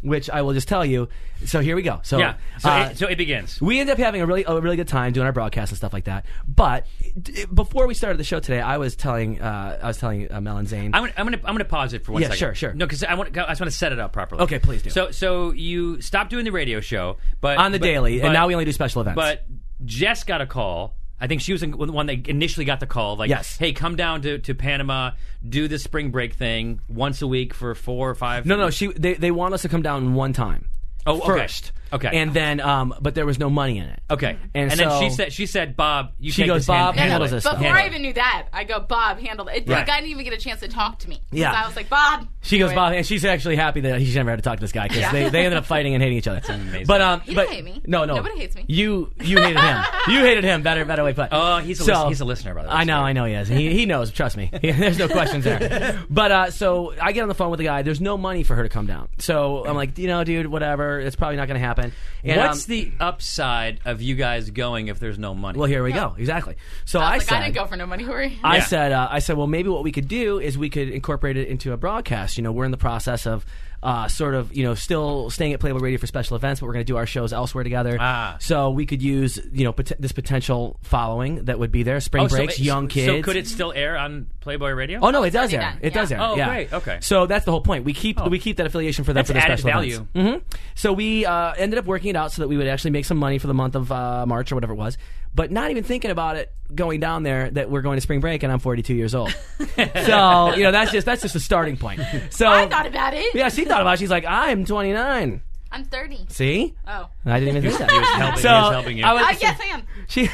Which I will just tell you. So here we go. So
yeah. So,
uh,
it, so it begins.
we ended up having a really a really good time doing our broadcast and stuff like that. But d- before we started the show today, I was telling uh, I was telling uh, Mel and Zane.
I'm gonna, I'm gonna I'm gonna pause it for one
Yeah,
second.
sure, sure.
No, because I want I just want to set it up properly.
Okay, please do.
So so you stopped doing the radio show, but
on the
but-
daily,
but-
and now we only do special events.
But Jess got a call. I think she was the one that initially got the call. Like,
Yes.
hey, come down to, to Panama, do the spring break thing once a week for four or five.
no, no, she they, they want us to come down one time.
Oh, okay.
first,
Okay.
and then um, but there was no money in it.
Okay,
And
then she
so-
said, "She said, Bob, you
She
take
goes,
this hand-
"Bob,
No, no,
handle
handles
it."
this
before
stuff.
I even knew that, I go, Bob, handle it.
Right.
The guy didn't even get a chance to talk to me.
Yeah.
So I was like, Bob.
She goes,
do it."
Bob, and she's actually happy that she never had to talk to this guy because they,
<laughs>
they ended up fighting and hating each other.
amazing.
But um,
He
but
didn't hate me.
no, no,
Nobody hates me.
You you hated him. you hated him. Better better way put.
Oh, he's a
So-
lis- he's a listener, by the way.
I know, I know he is. He, he knows. Trust me. <laughs> There's no questions there. But uh, so I get on the phone with the guy. There's no money for her to come down. So I'm like, you know, dude, whatever. It's probably not going to happen. And,
What's
um,
the upside of you guys going if there's no money?
Well, here we go. Exactly. So
I
I,
was like,
said,
I didn't go for no money, Corey.
I
Yeah.
said, uh, I said, well, maybe what we could do is we could incorporate it into a broadcast. You know, we're in the process of uh, sort of, you know, still staying at Playable Radio for special events, but we're going to do our shows elsewhere together.
Ah.
So we could use, you know, pot- this potential following that would be there, spring
Oh, so
breaks,
it-
young kids.
So could it still air on Playboy Radio?
Oh no, it does air.
done,
It does
yeah.
air.
Oh,
yeah.
great, okay. Oh.
So that's the whole point. We keep we keep that affiliation for them
That's
for the
added
special
value.
events. hmm So we uh, ended up working it out so that we would actually make some money for the month of uh, March or whatever it was. But not even thinking about it going down there that we're going to spring break and I'm 42
<laughs>
years old. so you know that's just that's just a starting point. So
I thought about it.
yeah, she thought about. it. She's like, I'm 29.
I'm 30.
See,
Oh.
I didn't even think that.
He was helping,
So
he was helping you.
I was-
I guess I am.
<laughs> She,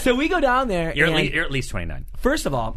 so we go down there.
you're, at
and-
least, you're at least 29.
First of all,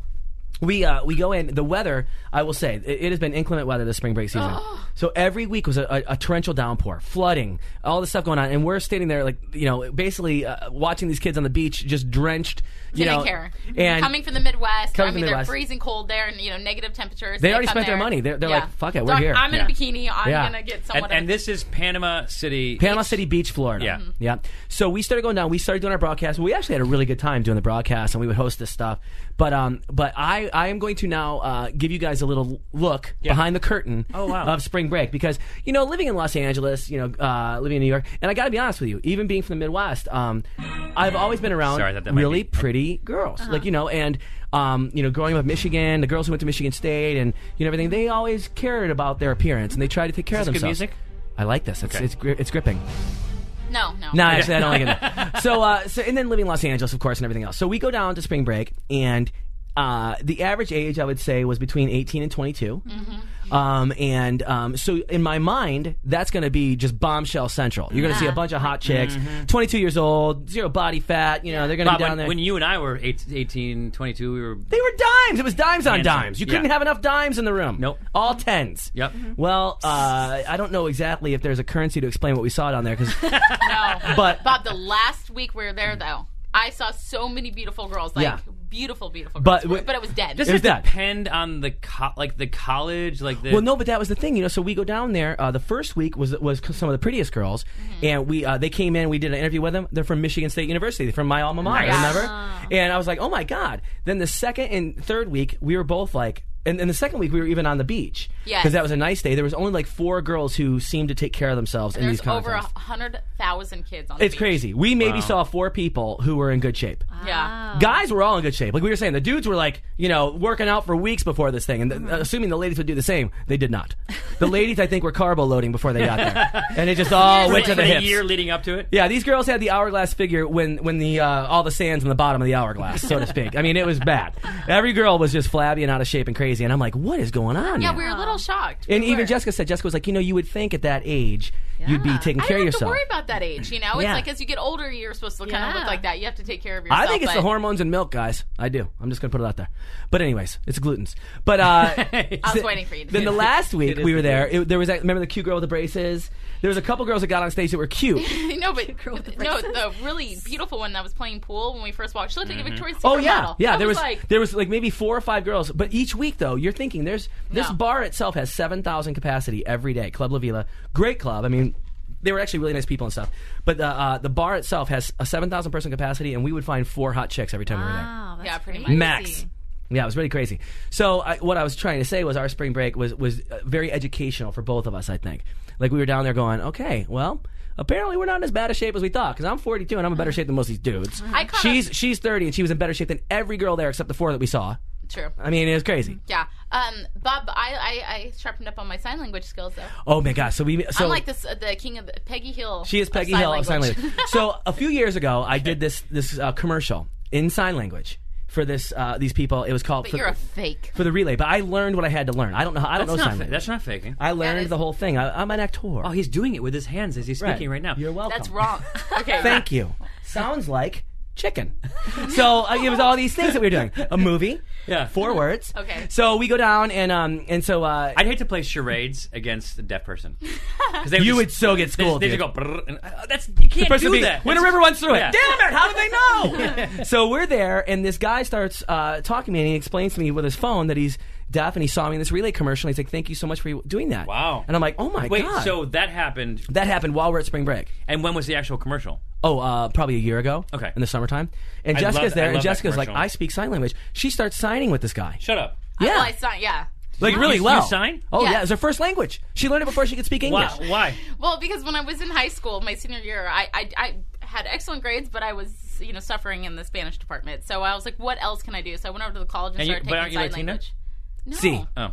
we uh, we go in. The weather, I will say, it, it has been inclement weather this spring break season.
<gasps>
so every week was a, a, a torrential downpour, flooding, all this stuff going on, and we're standing there like you know, basically uh, watching these kids on the beach just drenched. You
Didn't
know,
care.
and
coming from the Midwest,
Coming
I
from
mean,
the
they're
Midwest.
freezing cold there, and you know, negative temperatures.
They already
come
spent their
there.
money. They're- they're like, "Fuck it, we're
They're like,
here."
I'm in
Yeah.
a bikini. I'm
Yeah.
gonna get
And,
someone.
and this is Panama City.
Panama City Beach, Florida. Mm-hmm.
Yeah. Mhm.
yeah. So we started going down. We started doing our broadcast. We actually had a really good time doing the broadcast, and we would host this stuff. But um, but I I am going to now uh, give you guys a little look behind the curtain.
Oh, wow.
Of spring break because you know living in Los Angeles, you know uh, living in New York, and I got to be honest with you, even being from the Midwest, um, I've always been around
Sorry, that- that might
really
be- Uh-huh.
pretty girls, like you know, and um, you know, growing up in Michigan, the girls who went to Michigan State, and you know everything, they always cared about their appearance and they tried to take care
Is
of
this good
themselves.
music?
I like this. It's
Okay.
it's, gri- it's gripping.
no, no,
No, actually, I don't
<laughs>
like it. So, uh, so and then living in Los Angeles, of course, and everything else. So we go down to spring break, and uh, the average age I would say was between eighteen and 22 Um, and um, so in my mind, that's going to be just bombshell central. You're going to see a bunch of hot chicks, 22 years old, zero body fat. You know, they're going to
Mm-hmm. Bob,
be down
when,
there.
when you and I were eight, 18, 22, we were.
they were dimes. It was dimes on
Handsome.
dimes. You couldn't
Yeah.
have enough dimes in the room.
Nope.
All tens.
Yep. Mhm.
Well, uh, I don't know exactly if there's a currency to explain what we saw down there because
no.
<laughs> But-
Bob, the last week we were there, though, I saw so many beautiful girls. Like
Yeah.
beautiful, beautiful
But
girls.
w-
But, it was dead.
It was
Does
that.
it depend on the co- like the college, like the
Well, no, but that was the thing, you know. So we go down there. Uh, the first week was was some of the prettiest girls,
Mm-hmm.
and we uh, they came in. We did an interview with them. They're from Michigan State University, They're from my alma mater.
Nice.
Remember? And I was like, oh my god. Then the second and third week, we were both like. And, and the second week we were even on the beach
Yes.
that was a nice day. There was only like four girls who seemed to take care of themselves in
There's
these contests.
over a hundred thousand kids on. The
it's
beach.
crazy. We maybe saw four people who were in good shape.
Yeah.
Guys were all in good shape. Like we were saying, the dudes were like, you know, working out for weeks before this thing, and th-
Uh-huh.
assuming the ladies would do the same, they
<laughs>
did not. The ladies, I think, were carbo loading before they got there, and it just all went to the
for the
hips.
year leading up to it.
Yeah, these girls had the hourglass figure when when the uh, all the sands in the bottom of the hourglass, so to speak. I mean, it was bad. Every girl was just flabby and out of shape and crazy, and I'm like, what is going on?
Yeah,
man?
we were a little shocked.
And
We
even
were.
Jessica said, Jessica was like, you know, you would think at that age you'd be taking
I
care
don't
of
have to
yourself.
worry about that age, you know. It's
Yeah.
like as you get older, you're supposed to kind of
Yeah.
look like that. You have to take care of yourself.
I think it's the
but-
hormones and milk, guys. I do. I'm just gonna put it out there. But anyways, it's glutens. But
<laughs>
uh, <laughs>
I was waiting for you. to
then the last week
It is
we were
the
there. It, there was that, remember the cute girl with the braces. There was a couple girls that got on stage that were cute.
<laughs> no, but
with <laughs> the
no,
braces.
the really beautiful one that was playing pool when we first walked. She looked like a Victoria's Secret
Oh yeah,
model.
yeah.
I
there was,
like,
there was like maybe four or five girls, but each week though, you're thinking there's this
No.
bar itself has seven thousand capacity every day. Club La Vila, great club. I mean, they were actually really nice people and stuff. But the uh, the bar itself has a seven thousand person capacity, and we would find four hot chicks every time we were there.
Wow, Oh, that's
Yeah, pretty
crazy.
Max. Yeah, it was really crazy. So I, what I was trying to say was our spring break was was uh, very educational for both of us. I think, like we were down there going, okay, well, apparently we're not in as bad a shape as we thought. Because I'm 42 and I'm in better shape than most of these dudes.
I caught
she's she's 30 and she was in better shape than every girl there except the four that we saw.
true.
I mean, it was crazy.
Yeah, um, Bob, I, I I sharpened up on my sign language skills though.
Oh my gosh! So we so
I'm like this, uh, the king of the, Peggy Hill.
She is Peggy
of
Hill of sign language.
<laughs>
so a few years ago, I did this this uh, commercial in sign language for this uh, these people. It was called
but
for,
you're a fake.
for the relay. But I learned what I had to learn. I don't know. How, I don't
That's
know
not.
sign
fa-
language.
that's not faking.
I learned
is-
the whole thing. I, I'm an actor.
oh, he's doing it with his hands as he's speaking right now.
You're welcome.
That's
<laughs>
wrong. Okay,
Thank you. Sounds like chicken. so uh, it was all these things that we were doing. A movie.
Yeah. Uh-huh.
Four words.
Okay.
So we go down and um and so uh,
I'd hate to play charades against a deaf person. 'Cause they
You
just-
would so get schooled,
They, they
dude.
just go. "Brrr," and, uh, that's you can't
person
do
being,
that.
When a
That's-
river runs through
Yeah.
it. Damn it! How
<laughs>
did they know? so we're there, and this guy starts uh, talking to me, and he explains to me with his phone that he's deaf, and he saw me in this relay commercial, and he's like, "Thank you so much for you doing that."
Wow.
And I'm like, "Oh my
Wait,
god!"
so that happened,
that happened while we're at spring break.
and when was the actual commercial?
Oh, uh, probably a year ago.
Okay.
In the summertime, and
I
Jessica's
love- I
there, and
love that
Jessica's like,
commercial.
"I speak sign language." She starts signing with this guy.
Shut up.
yeah.
Well, I sign. Yeah.
like really
you
well.
sign?
Oh yeah.
Yeah.
it was her first language. She learned it before she could speak English.
Why? Why?
Well, because when I was in high school, my senior year, I, I, I had excellent grades, but I was you know suffering in the Spanish department. So I was like, what else can I do? So I went over to the college and,
And you-
started
but
taking sign
aren't you Latina?
language. No.
See.
Oh,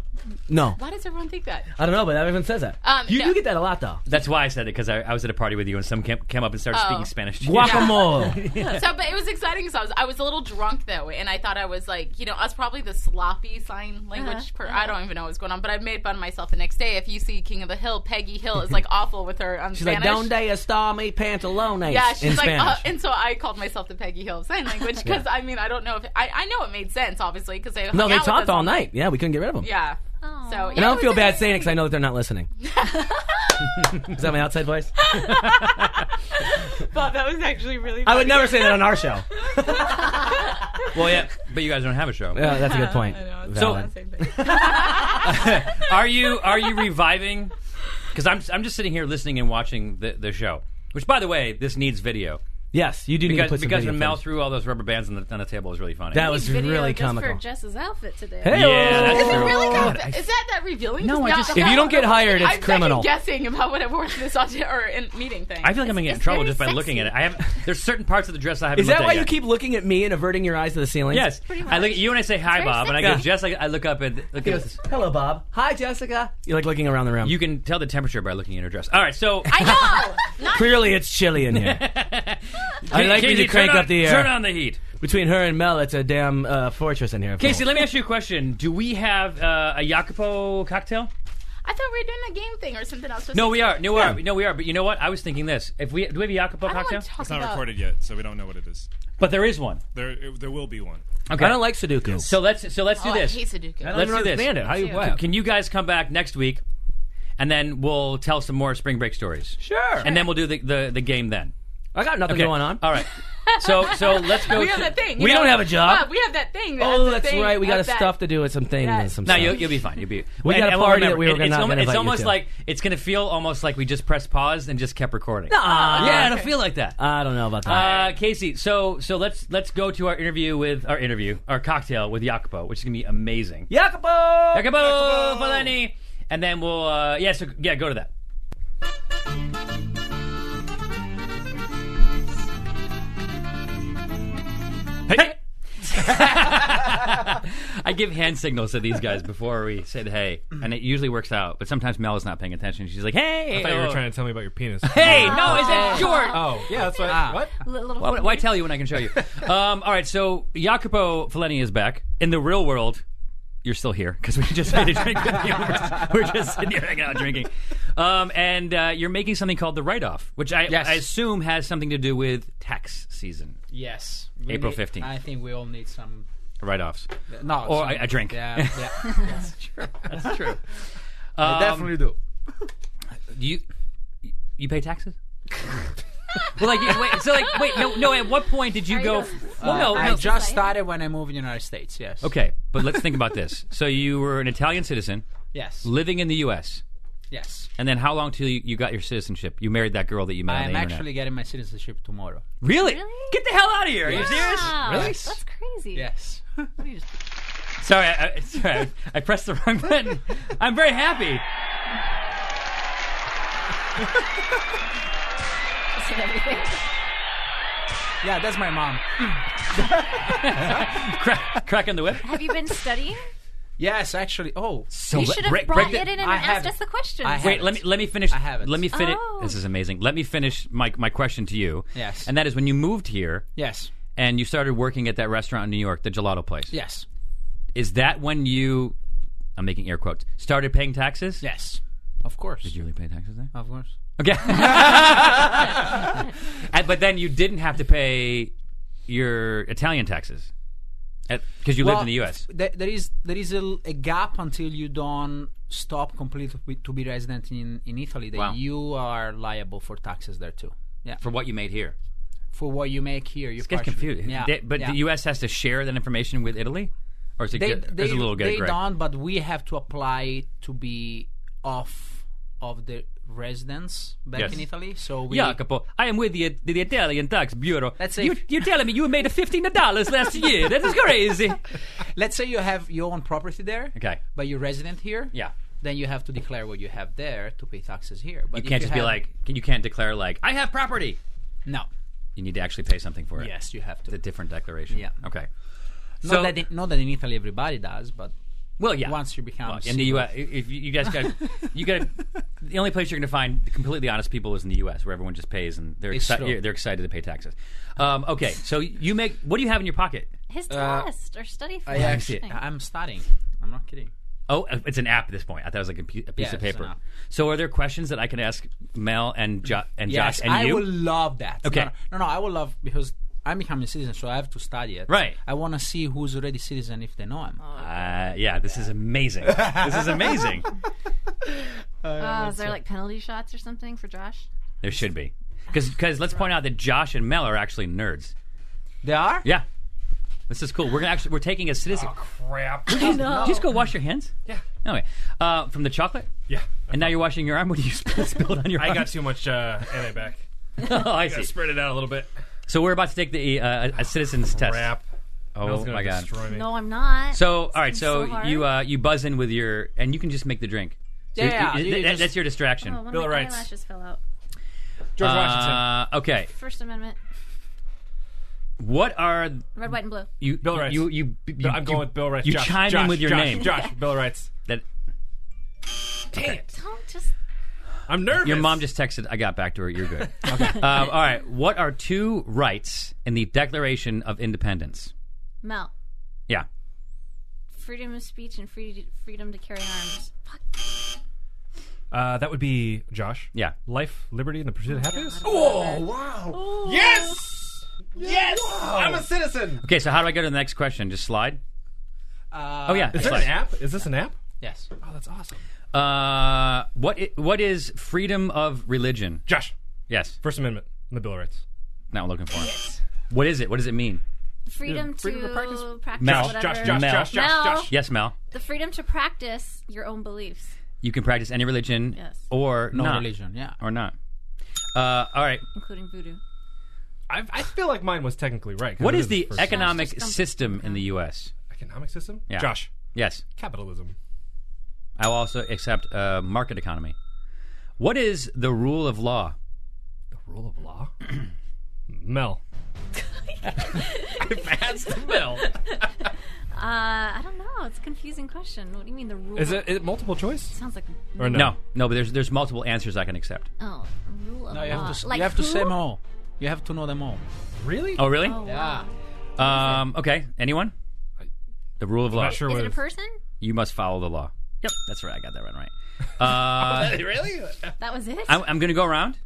No,
Why does everyone think that?
I don't know, but everyone says that.
Um,
you
no.
do get that a lot though.
that's why I said it because I, I was at a party with you and some came, came up and started
Oh.
speaking Spanish. to you.
Guacamole.
so, but it was exciting because I was I was a little drunk though, and I thought I was like, you know, I was probably the sloppy sign language. per- I don't even know what was going on, but I made fun of myself the next day. If you see King of the Hill, Peggy Hill is <laughs> like awful with her on
She's like,
Spanish.
"Don't day a star me pantalones."
yeah, she's
in
like,
Spanish.
uh, and so I called myself the Peggy Hill of sign
<laughs>
language because I mean I don't know if I, I know it made sense obviously because they hung
no, they
out with
talked
us
all night. Yeah, we couldn't get rid of them.
Yeah,
Aw.
so
And I don't feel bad saying it because I know that they're not
<laughs>
listening. Is that my outside voice?
Bob, that was actually really.
I would never say that on our show.
<laughs> Well, yeah, but you guys don't have a show.
Yeah, that's a
<laughs>
good point. Valid. <laughs>
Are you are you reviving? Because I'm I'm just sitting here listening and watching the the show. Which, by the way, this needs video
yes, you do need to
because
put some
because
video
when Mel
footage.
threw all those rubber bands on the, on the table is really funny.
That was
Video
really
just
comical. oh.
for Jess's outfit today.
Hey-o.
yeah. That's
Is it
true.
really kind
God,
of-
I-
is that that revealing?
No,
Just
I
now?
just-
If you don't get hired, it's
I'm
criminal.
second guessing about what I wore to this audition or in meeting thing.
I feel like I'm gonna get in
it's
trouble
very
just by looking
sexy.
at it. I have there's certain parts of the dress I haven't.
Is that
looked
why
at
you
yet.
keep looking at me and averting your eyes to the ceiling?
Yes, I look at you and I say hi,
very
Bob, and I
sexy.
go Jess. I, I look up and look
He
at
goes, Hello, Bob. Hi, Jessica. You're like looking around the room.
You can tell the temperature by looking at her dress. All right, so
<laughs>
I know.
Clearly, it's chilly in
<laughs>
here. I like when
Casey,
you crank
turn
up
on-
the
Turn
air.
on the heat.
Between her and Mel, it's a damn uh, fortress in here.
Casey, let me ask you a question. Do we have uh, a Jacopo cocktail?
I thought we were doing a game thing or something else.
No, we are. No, we are. No, we are. But you know what? I was thinking this. If we do, we have a Jacopo
I don't
cocktail.
want to talk
It's not
about.
recorded yet, so we don't know what it is.
But there is one.
There, it- there will be one.
Okay.
I don't like Sudoku.
So let's so let's
Oh,
do
I
this.
hate Sudoku. I don't
Let's
even
do this.
understand it. How you-
Can-
wow.
Can you guys come back next week, and then we'll tell some more spring break stories,
sure.
and then we'll do the the, the game then. Uh,
I got nothing going on.
All right. So so let's
<laughs>
go.
We have
to-
that thing. you
We
know?
don't have a job.
Bob, we have that thing. that
Oh,
has the
that's
thing
right. We got
of that.
stuff to do with some things and
Yes.
some
No,
stuff.
you'll, you'll be fine. You'll be.
We got
and-
a
and we'll
party that
remember.
we were
It-
gonna
It's,
not
almo-
gonna
it's
invite you
almost
to.
like it's going to feel almost like we just pressed pause and just kept recording.
Ah,
yeah,
yeah,
it'll feel like that.
I don't know about that.
Uh, Casey, so so let's let's go to our interview with our interview, our cocktail with Jacopo, which is gonna be amazing.
Jacopo!
Jacopo Falani, and then we'll uh, yeah, so yeah, go to that. Hey. <laughs> I give hand signals to these guys before we said hey, and it usually works out. But sometimes Mel is not paying attention. She's like, "Hey,
I thought you
oh.
were trying to tell me about your penis. <laughs>
hey, no, is that George?
Oh, yeah, that's what. What?
Li- little
Why, would- why tell you when I can show you? um, all right, so Jacopo Fellini is back in the real world. you're still here because we just made a drink with you. We're just, we're just sitting here hanging out drinking. Um, and uh, you're making something called the write off, which I,
Yes.
I assume has something to do with tax season
Yes. We
April
need-
15th.
I think we all need some
write offs.
knowledge.
Or
some-
a- a drink. <laughs>
Yeah. yeah.
That's true.
Um,
I definitely do.
Um, Do you you pay taxes? well, like, you- wait, so like, wait, no, no. At what point did you
Are
go?
you-
f- well, no,
uh, I
no.
just started when I moved in the United States, yes.
okay, but let's think about this. So you were an Italian citizen
Yes.
living in the U.S.
Yes.
And then how long till you, you got your citizenship? You married that girl that you met on
I'm
the internet.
actually getting my citizenship tomorrow.
really?
Really?
Get the hell out of here! Are you serious?
Wow.
Really?
That's crazy.
Yes.
<laughs> Sorry, I, I- sorry, I- I pressed the wrong
<laughs>
button. I'm very happy.
And everything.
<laughs> Yeah, that's my mom.
Crack, cracking the whip.
Have you been
<laughs>
studying?
Yes, actually. Oh,
So
you
let-
should have
break-
brought
break the-
it in and
I
asked
haven't.
us the questions.
I
Wait,
haven't.
let me let me finish.
I haven't.
Let me finish.
Oh.
This is amazing. Let me finish my my question to you.
Yes.
And that is when you moved here
yes.
and you started working at that restaurant in New York, the gelato place.
Yes.
Is that when you? I'm making air quotes. Started paying taxes.
Yes. Of course.
Did you really pay taxes there?
Of course. <laughs>
Okay. And- but then you didn't have to pay your Italian taxes because you lived in the U.S.
There, there is there is a, l- a gap until you don't stop completely to be- to be resident in, in Italy that
Wow.
you are liable for taxes there too. Yeah,
for what you made here.
for what you make here, you
It gets confusing.
Yeah,
They- but
yeah.
the U.S. has to share that information with Italy, or is it
They,
good?
they,
There's a little good.
they
gray.
don't, but we have to apply to be off of the residence back
Yes.
in Italy. So we
Jacopo, I am with the, the Italian tax bureau.
That's
you,
it.
You're telling me you made fifteen dollars last
<laughs>
year? That is crazy.
let's say you have your own property there.
Okay.
But you're resident here.
Yeah.
Then you have to declare what you have there to pay taxes here. But
You
if
can't just be
have-
like you can't declare like I have property.
no.
You need to actually pay something for it.
Yes, you have to.
it's a different declaration.
Yeah.
Okay.
not, that in, not that in Italy everybody does, but
well, yeah.
once you become E
Well, in the
single-
U.S., if you, you guys got, you
<laughs>
got the only place you're going to find completely honest people is in the U.S., where everyone just pays and they're
It's true.
excited. They're excited to pay taxes. Um, okay, so you make what do you have in your pocket?
His
uh,
test or study Oh, for
I
it.
actually,
Interesting.
I'm studying. I'm not kidding.
Oh, it's an app at this point. I thought it was like a, pu- a piece
Yeah,
of
it's an
paper.
app.
So, are there questions that I can ask Mel and jo- and
Yes,
Josh and
I
you?
would love that. No,
Okay.
no, no, no, I would love because I'm becoming a citizen, so I have to study it.
Right.
I want to see who's already citizen if they know him.
Uh, yeah, this is amazing. this is amazing.
<laughs>
Oh, is there like penalty shots or something for Josh?
There should be because let's point out that Josh and Mel are actually nerds.
They are.
Yeah, this is cool. We're gonna actually we're taking a citizen.
Oh,
<laughs>
Crap.
Did you just go wash your hands? Yeah. Okay. Uh, from the chocolate?
yeah.
And now you're washing your arm. What do you <laughs> spill spilled on your
I
arm?
got too much uh, NA back.
<laughs> oh,
<laughs>
I
Gotta
see.
spread it out a little bit.
So we're about to take the uh, a citizen's test.
Crap.
Oh
Mel's gonna
my god.
destroy me.
No, I'm not.
So all right, so
so hard.
you uh, you buzz in with your and you can just make the drink. So
Yeah,
you-
yeah,
you-
you
that-
just-
that's your distraction.
oh, one
Bill
of
of
my
Rights.
eyelashes fell out.
George Washington.
Uh, okay,
First Amendment,
what are
red, white, and blue.
you?
Bill of Rights.
You, you, you,
No, I'm going
you-
with Bill Rights.
You
Josh,
chime
Josh,
in with your
Josh,
name.
Josh, Bill Rights.
That
Dang it.
Don't just.
I'm nervous.
your mom just texted. I got back to her. You're
<laughs>
good. okay. Um, all right. What are two rights in the Declaration of Independence?
Mel.
Yeah.
Freedom of speech and free, freedom to carry arms. Fuck.
Uh, that would be Josh.
Yeah.
Life, liberty, and the pursuit of happiness.
Oh,
Wow. Yes. Yes. I'm a citizen.
Okay. So how do I go to the next question? Just slide.
Uh,
Oh yeah.
Is that
slide.
an app? Is this an app?
Yes.
Oh, that's awesome.
Uh, what i- what is freedom of religion?
Josh,
Yes.
First Amendment and the Bill of Rights.
Not what I'm looking for. What is it? What does it mean?
Freedom,
freedom
to
to practice-
practice,
Mel.
whatever.
Josh, Josh,
Mel.
Josh, Josh,
Mel.
Josh.
Yes, Mel.
The freedom to practice your own beliefs.
You can practice any religion
Yes.
or
No
not.
religion. Yeah.
Or not. Uh, all right.
including voodoo.
I, I feel like mine was technically right. 'cause
What
it
is the
first
economic
Sounds just
system in the U.S.?
economic system?
Yeah.
Josh,
Yes.
capitalism.
I will also accept uh, market economy. What is the rule of law?
The rule of law? <clears throat> Mel.
Well,
Uh, I don't know. It's a confusing question. What do you mean the rule?
Is it, is it multiple choice?
Sounds like
Or no?
no, no, but there's there's multiple answers I can accept.
oh rule of
No, you have
law.
to. s-
like
you have to
who?
say more. You have to know them all.
Really?
Oh, really?
Oh,
Yeah.
wow.
um, okay. Anyone? The rule of law.
Not sure
Is
what
it a
it is.
person?
You must follow the law. Yep, that's right. I got that one right.
<laughs>
Uh,
really?
That was it.
I'm, I'm going to go around,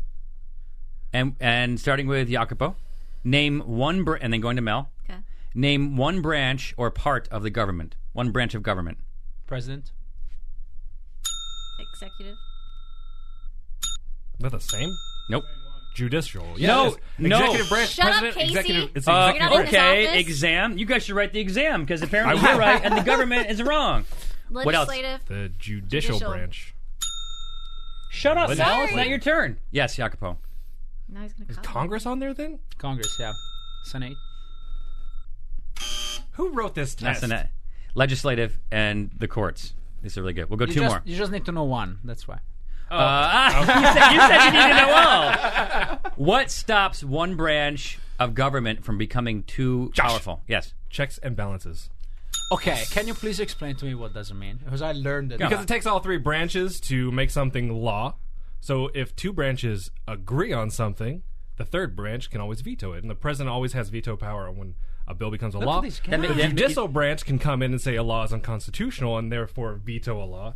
and and starting with Jacopo, name one br- and then going to Mel.
Okay.
Name one branch or part of the government. One branch of government.
President.
Executive.
They're the same.
Nope.
Judicial.
No,
it is.
no.
Executive branch
Shut up,
president.
Casey.
Executive. It's
Uh,
the
You're not in
executive
his
okay,
office?
exam. You guys should write the exam because apparently
I will.
you're right and the government
<laughs>
is wrong. What else?
Legislative.
The judicial,
Judicial. Oh,
branch.
Shut up,
Sorry.
Mel. It's not your turn. Yes, Jacopo.
Now he's gonna
Is
call.
Congress on there then?
Congress, yeah. Senate.
Who wrote this
That's
test?
the net. Legislative and the courts. These are really good. We'll go
You
two
just,
more.
You just need to know one. That's why.
Uh, <laughs> you, said, you said you needed to know all. What stops one branch of government from becoming too powerful? Yes.
Checks and balances.
Okay, can you please explain to me what does it mean? Because I learned it.
Because it takes all three branches to make something law. So if two branches agree on something, the third branch can always veto it, and the president always has veto power when a bill becomes a law.
these guys.
The judicial branch can come in and say a law is unconstitutional and therefore veto a law.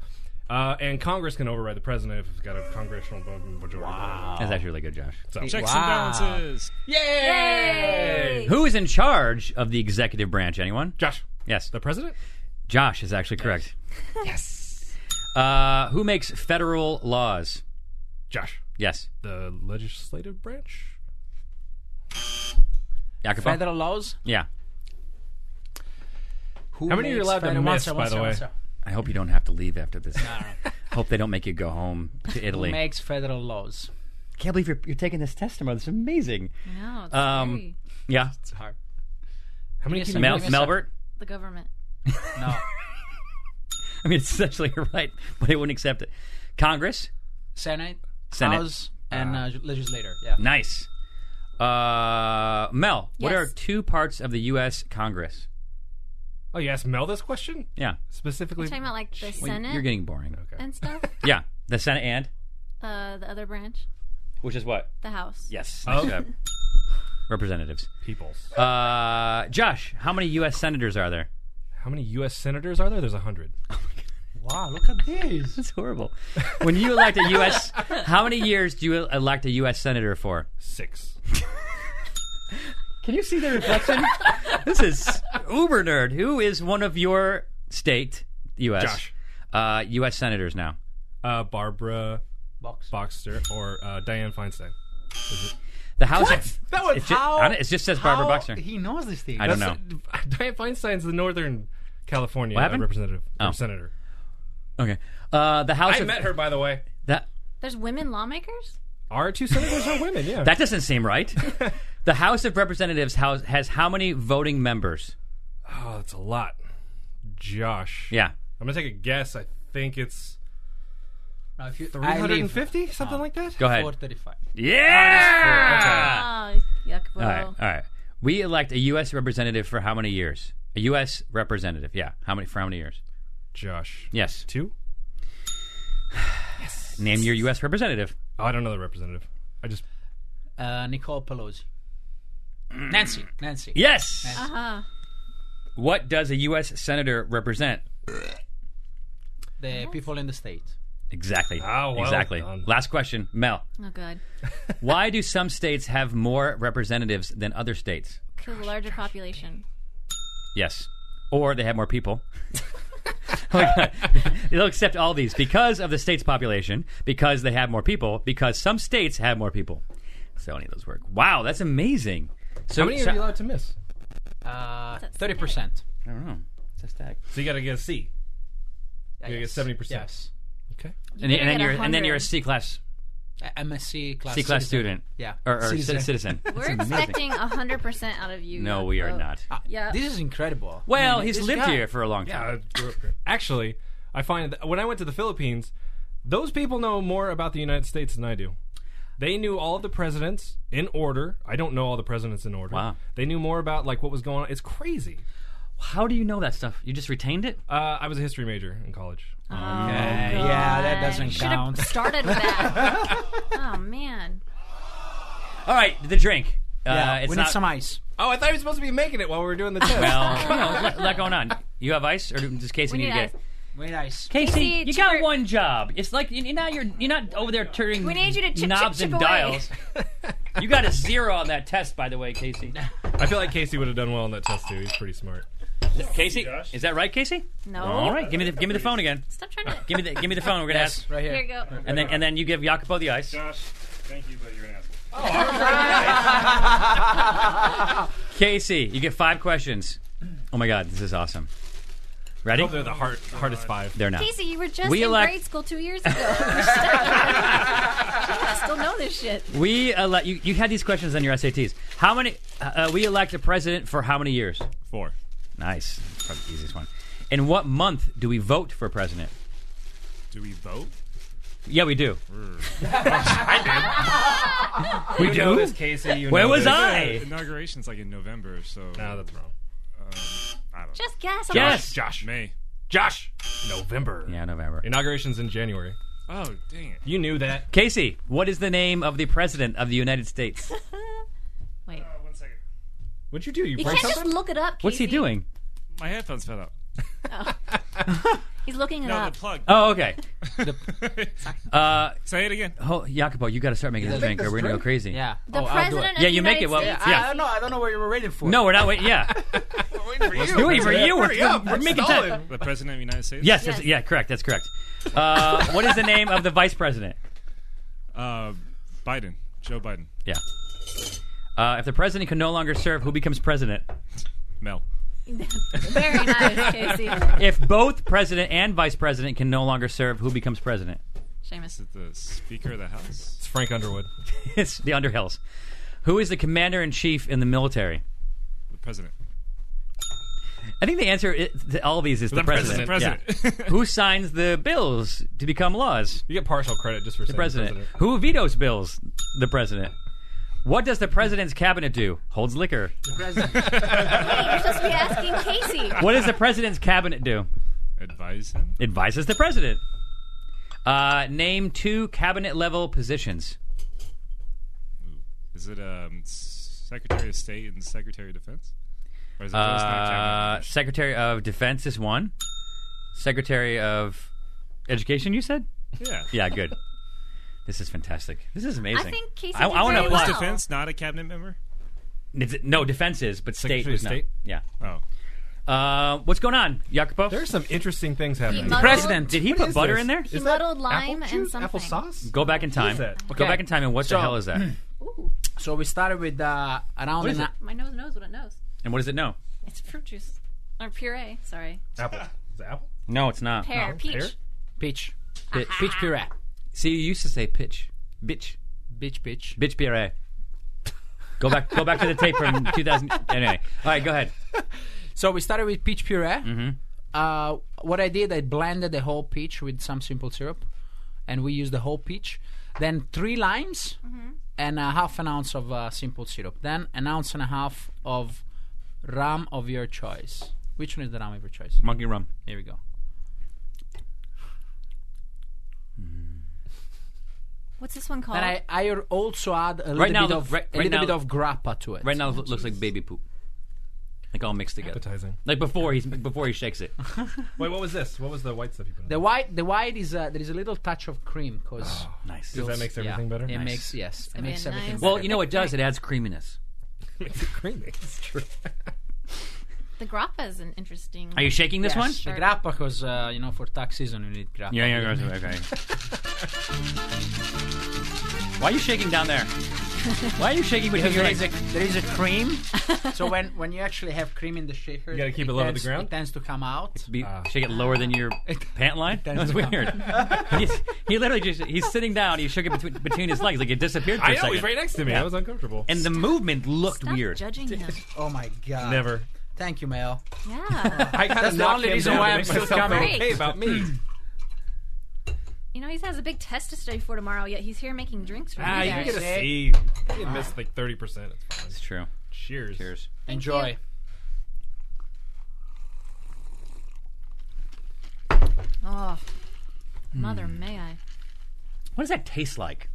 Uh, and Congress can override the president if it's got a congressional vote majority. Wow.
That's actually really good, Josh.
Checks
Wow.
and balances.
Yay!
Who is in charge of the executive branch? Anyone?
Josh,
Yes.
the president?
Josh is actually correct. yes. Uh, who makes federal laws?
Josh,
Yes.
the legislative branch?
Jacopo?
Federal laws.
Yeah.
Who
How many are you
makes
allowed to
federal-
miss,
second,
by the
second,
way?
one second.
I hope you don't have to leave after this. <laughs> hope they don't make you go home to Italy.
Makes federal laws.
Can't believe you're, you're taking this test tomorrow. It's amazing.
No, it's
Um,
scary.
Yeah.
How many
Yes,
can
I
you
Mel-
Give me a
Melbert? <laughs>
the government.
No.
I mean, it's essentially you're right, but they wouldn't accept it. Congress?
Senate,
Senate.
House, and uh, legislator. Yeah.
Nice. Uh, Mel, what
Yes.
are two parts of the U.S. Congress?
Oh, you asked Mel this question?
Yeah.
Specifically?
Talking about like the
Well,
Senate
You're getting boring.
and stuff.
Yeah. The Senate and?
Uh, the other branch,
Which is what?
the House.
Yes.
Oh.
Nice job. Representatives.
Peoples.
Uh, Josh, how many U.S. senators are there?
How many U.S. senators are there? There's 100.
Wow, look at this.
That's horrible. When you elect a U.S., how many years do you elect a U.S. senator for?
Six.
Can you see the reflection? this is uber nerd. Who is one of your state U.S.
Josh.
Uh, U.S. senators now?
Uh, Barbara
Box.
Boxster or uh, Diane <laughs> Feinstein.
The House.
What? That was
it ju-
how.
I don't- it just says Barbara
how
Boxer.
He knows this thing.
I don't know.
Diane Feinstein's the Northern California
What happened?
representative.
Oh.
or Senator.
Okay. Uh, the House.
I
of,
met her, by the way.
That
There's women lawmakers.
Our two senators are women, <laughs> yeah.
that doesn't seem
<laughs>
right. the House of Representatives house has how many voting members?
oh, that's a lot. Josh.
Yeah.
I'm going to take a guess. I think it's
Now, if you, I leave
350, something like that?
Go ahead.
435.
Yeah.
Oh, yuck.
All right. All right. We elect a U.S. representative for how many years? A U.S. representative. Yeah. How many? For how many years?
Josh.
Yes.
Two?
<sighs> Name your U.S. representative.
Oh, I don't know the representative. I just.
Uh, Nicole Pelosi. Nancy. Nancy.
Yes.
Uh-huh.
What does a U.S. senator represent?
The people in the state.
Exactly.
Ah, well
exactly.
done.
Last question, Mel.
Oh, good.
Why do some states have more representatives than other states?
Because the larger population.
Yes. Or they have more people. <laughs> Oh my God. They'll accept all these because of the state's population, because they have more people, because some states have more people. So any of those work. Wow, that's amazing. So,
How many
so-
are you allowed to miss?
Uh, 30%.
I don't know. It's a stack.
So you got to get a C. You
Uh, Yes.
gotta get 70%.
Yes.
Okay.
And, and then
get
you're and then
100.
you're a C class
A- MSc class.
C class
citizen.
student
Yeah.
or, or
Citizen.
citizen. citizen.
We're expecting 100% out of you.
No, we are
Oh.
not.
Ah,
Yeah.
This is incredible.
Well,
I mean,
he's
this
lived
guy-
here for a long time.
Yeah, I grew Uh, up here. Actually, I find that when I went to the Philippines, those people know more about the United States than I do. They knew all of the presidents in order. I don't know all the presidents in order.
Wow.
They knew more about like what was going on. It's crazy.
How do you know that stuff? You just retained it?
Uh, I was a history major in college.
Uh,
Yeah, yeah, that doesn't
Should
count.
have started with that.
<laughs>
oh man.
All right, the drink.
Yeah,
uh, it's
we
not, Oh,
need some ice.
Oh, I thought he was supposed to be making it while we were doing the test.
Well, you know, a lot going on. You have ice, or just in case
We
you
need
need to
ice.
get.
Very nice.
Casey,
Casey,
you
chip
got
our-
one job. It's like you, you- now you're you're not over there turning
We need you to chip, chip,
knobs
chip
and
away. <laughs>
dials. you got a zero on that test, by the way,
<laughs>
Casey.
I feel like Casey would have done well on that test too. He's pretty smart.
Casey, is that right, Casey?
No.
Oh,
All right, Uh, give me the give me the phone again.
Stop trying to.
Give me the give me the phone. We're gonna ask,
Right
Here
here.
you go.
and then and then you give Jacopo the ice.
Josh, thank you, but you're an asshole.
Casey, you get five questions. Oh my God, this is awesome. Ready?
Hope they're the hard, hardest five.
They're not.
Casey, you were just
We
in
elect-
grade school two years ago. You should <laughs> still know this shit.
We elect you. You had these questions on your SATs. How many? Uh, uh, we elect a president for how many years?
Four.
Nice. Probably the easiest one. In what month do we vote for president?
Do we vote?
Yeah, we do.
We
do?
know this, Casey. You
Where
know
was
this.
I?
Inauguration's like in November, so. um,
No, Ah, that's wrong.
I don't know.
Just guess. I'm
Yes.
Josh. May.
Josh, November.
Yeah, November.
Inauguration's in January.
Oh, dang it.
You knew that.
Casey, what is the name of the president of the United States?
Like, Wait.
one second.
What'd you do? You,
You
broke
can't
something?
just look it up. Casey.
What's he doing?
My headphones fell out.
He's looking it
No,
up.
the <laughs> plug.
Oh, okay. Uh,
Say it again.
oh, Jacopo, you got to start making this
does.
drink, or we're gonna go crazy.
Yeah.
The
oh, I'll do
president
it.
of
Yeah,
the
you make
United
it, well,
States.
yeah.
I don't know. I don't know what you were waiting for.
No, we're not waiting.
<laughs>
Yeah, we're waiting for you. We're, we're making time.
The President of the United States?
Yes,
Yes.
that's- yeah, correct. That's correct. Uh, what is the name of the vice president?
Uh, Biden. Joe Biden.
Yeah. Uh, if the president can no longer serve, who becomes president?
Mel.
Very
<laughs>
nice, Casey.
If both president and vice president can no longer serve, who becomes president?
Seamus.
Is it the Speaker of the House?
It's Frank Underwood.
It's the Underhills. Who is the commander in chief in the military?
The President.
I think the answer i- to all these is the, president.
president.
Yeah.
<laughs>
President.
Who signs the bills to become laws?
You get partial credit just for
The
saying
president. Who vetoes bills? The president. What does the president's cabinet do? Holds liquor.
Hey, you're supposed to be asking Casey.
What does the president's cabinet do?
Advise him?
Advises the president. Uh, name two cabinet level positions.
Is it um, Secretary of State and Secretary of Defense? Or is it those not
Uh,
cabinet?
Secretary of Defense is one. Secretary of Education, you said?
Yeah.
Yeah, good. this is fantastic. This is amazing.
I think Casey
I-
did
I wanna
very
apply.
well.
Defense, not a cabinet member?
It's- No, defense is, but state
Secretary
was
of
not.
State?
Yeah.
Oh.
Uh, what's going on, Jacopo?
There's some interesting things
He
happening.
muddled,
president.
Did he
What
put
is
butter
this?
in there?
He muddled
Apple
lime and
juice?
something.
Applesauce?
Go back in time.
that?
Go
Okay.
back in time, and what the
So-
hell
<clears throat>
is that?
So we started with uh, around
is
an-
it?
My nose knows what it knows.
and what does it know?
It's fruit juice or puree. Sorry,
Apple. Is it apple?
No, it's not.
pear, peach.
Oh, pear?
peach.
Uh-huh.
Peach, peach puree.
See, you used to say pitch, bitch,
Bitch, bitch.
bitch puree. Go back, go back to the tape from 2000. Anyway, all right, go ahead.
So we started with peach puree.
Mm-hmm.
Uh, what I did, I blended the whole peach with some simple syrup, and we used the whole peach. Then three limes
Mm-hmm.
and a half an ounce of uh, simple syrup. Then an ounce and a half of rum of your choice. Which one is the rum of your choice?
Monkey rum.
Here we go.
What's this one called?
Then I, I al- also add a little
now
bit
look-
of
right-
a
right
little
now-
bit of grappa to it.
Right now, it loo- looks like baby poop, like all mixed together.
Appetizing.
Like before he's before he shakes it.
Wait, what was this? What was the white stuff you put in?
the white the white is uh, there is a little touch of cream because
Nice.
Does that makes everything better?
it
Nice.
makes yes it
gonna be
makes
a
everything.
nice-
better.
Well, you know what it does? It adds creaminess.
Makes it creamy. <laughs> It's true.
the grappa is an interesting.
Are you shaking this
Yes,
one?
The grappa because uh, you know for tax season you need grappa.
Yeah, yeah, yeah. Okay. Why are you shaking down there? Why are you shaking between
Because
your
there
legs?
is a there is a cream,
<laughs>
so when when you actually have cream in the shaker,
You gotta keep it low
tends,
to the ground?
It tends to come out.
Be, shake it lower than your pant line. Ah. <laughs> That
tends
was
to
weird. <laughs> he's, he literally just—he's sitting down. He shook it between, between his legs, like it disappeared for a
I know
second.
he's right next to me.
Yeah.
I was uncomfortable.
and the movement looked
Stop
weird.
judging him.
Oh my god!
never.
Thank you, Mel.
Yeah,
I got
That's the only reason why I'm still coming.
Great.
Hey, about me.
you know he has a big test to study for tomorrow. Yet he's here making drinks for
ah,
you
you
guys.
get a
Yes.
C. You missed like thirty percent. It's fine.
It's true.
Cheers.
Cheers.
Enjoy.
you. Oh, mother may I?
What does that taste like?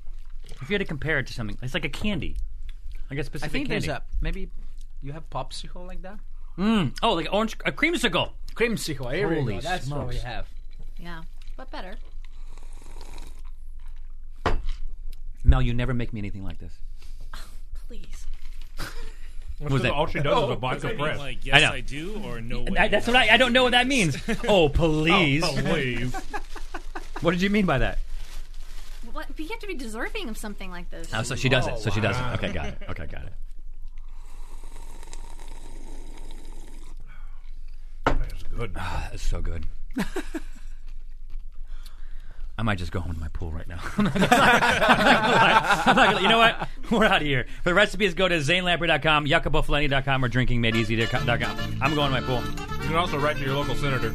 If you had to compare it to something, it's like a candy, like a
I
specific
think
candy.
there's a maybe you have popsicle like that.
Mm. Oh, like orange, a creamsicle.
Creamsicle. Here we
Holy
go. That's what we
smokes.
have.
Yeah, but better.
Mel, you never make me anything like this.
Please.
What was that?
All she does is a
Does
vodka
that mean,
press.
like, yes,
know.
I, do, or no way?
I- that's what I, I don't know what that means. <laughs> Oh, please.
Oh, please.
<laughs> what did you mean by that?
What? But you have to be deserving of something like this.
Oh, so she does it. So she does it. Okay, got it. Okay, got it.
That's good.
Ah, that's so good. I might just go home to my pool right now. <laughs> I'm not gonna lie. I'm not gonna- you know what? We're out of here. For the recipes, go to zanelapper.com, yuccabuffalini.com, or drinkingmadeeasy.com. I'm going to my pool.
You can also write to your local senator.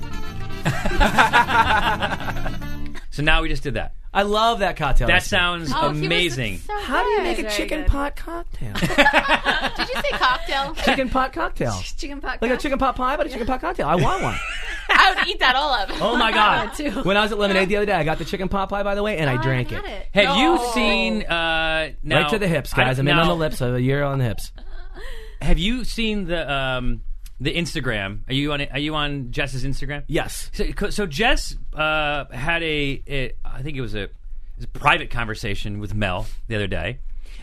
So now we just did that.
I love that cocktail.
That
recipe.
sounds
Oh, he was
amazing.
so
How do you
good.
make a
Very
chicken
good.
pot cocktail?
Did you say <laughs> cocktail?
chicken pot <laughs> cocktail.
Chicken pot.
Like a chicken pot pie, but a chicken pot cocktail. I want one.
I would eat that all up.
Oh my god!
too.
When I was at Lemonade the other day, I got the chicken pot pie, by the way, and I drank
Oh, I had
it.
it.
Have you
No.
seen. Uh, now,
Right to the hips, guys. I'm in
now,
on the lips. A year on the hips.
Have you seen the um, the Instagram? Are you on it? Are you on Jess's Instagram?
Yes.
So, so Jess uh, had a, a, I think it was a, it was a private conversation with Mel the other day,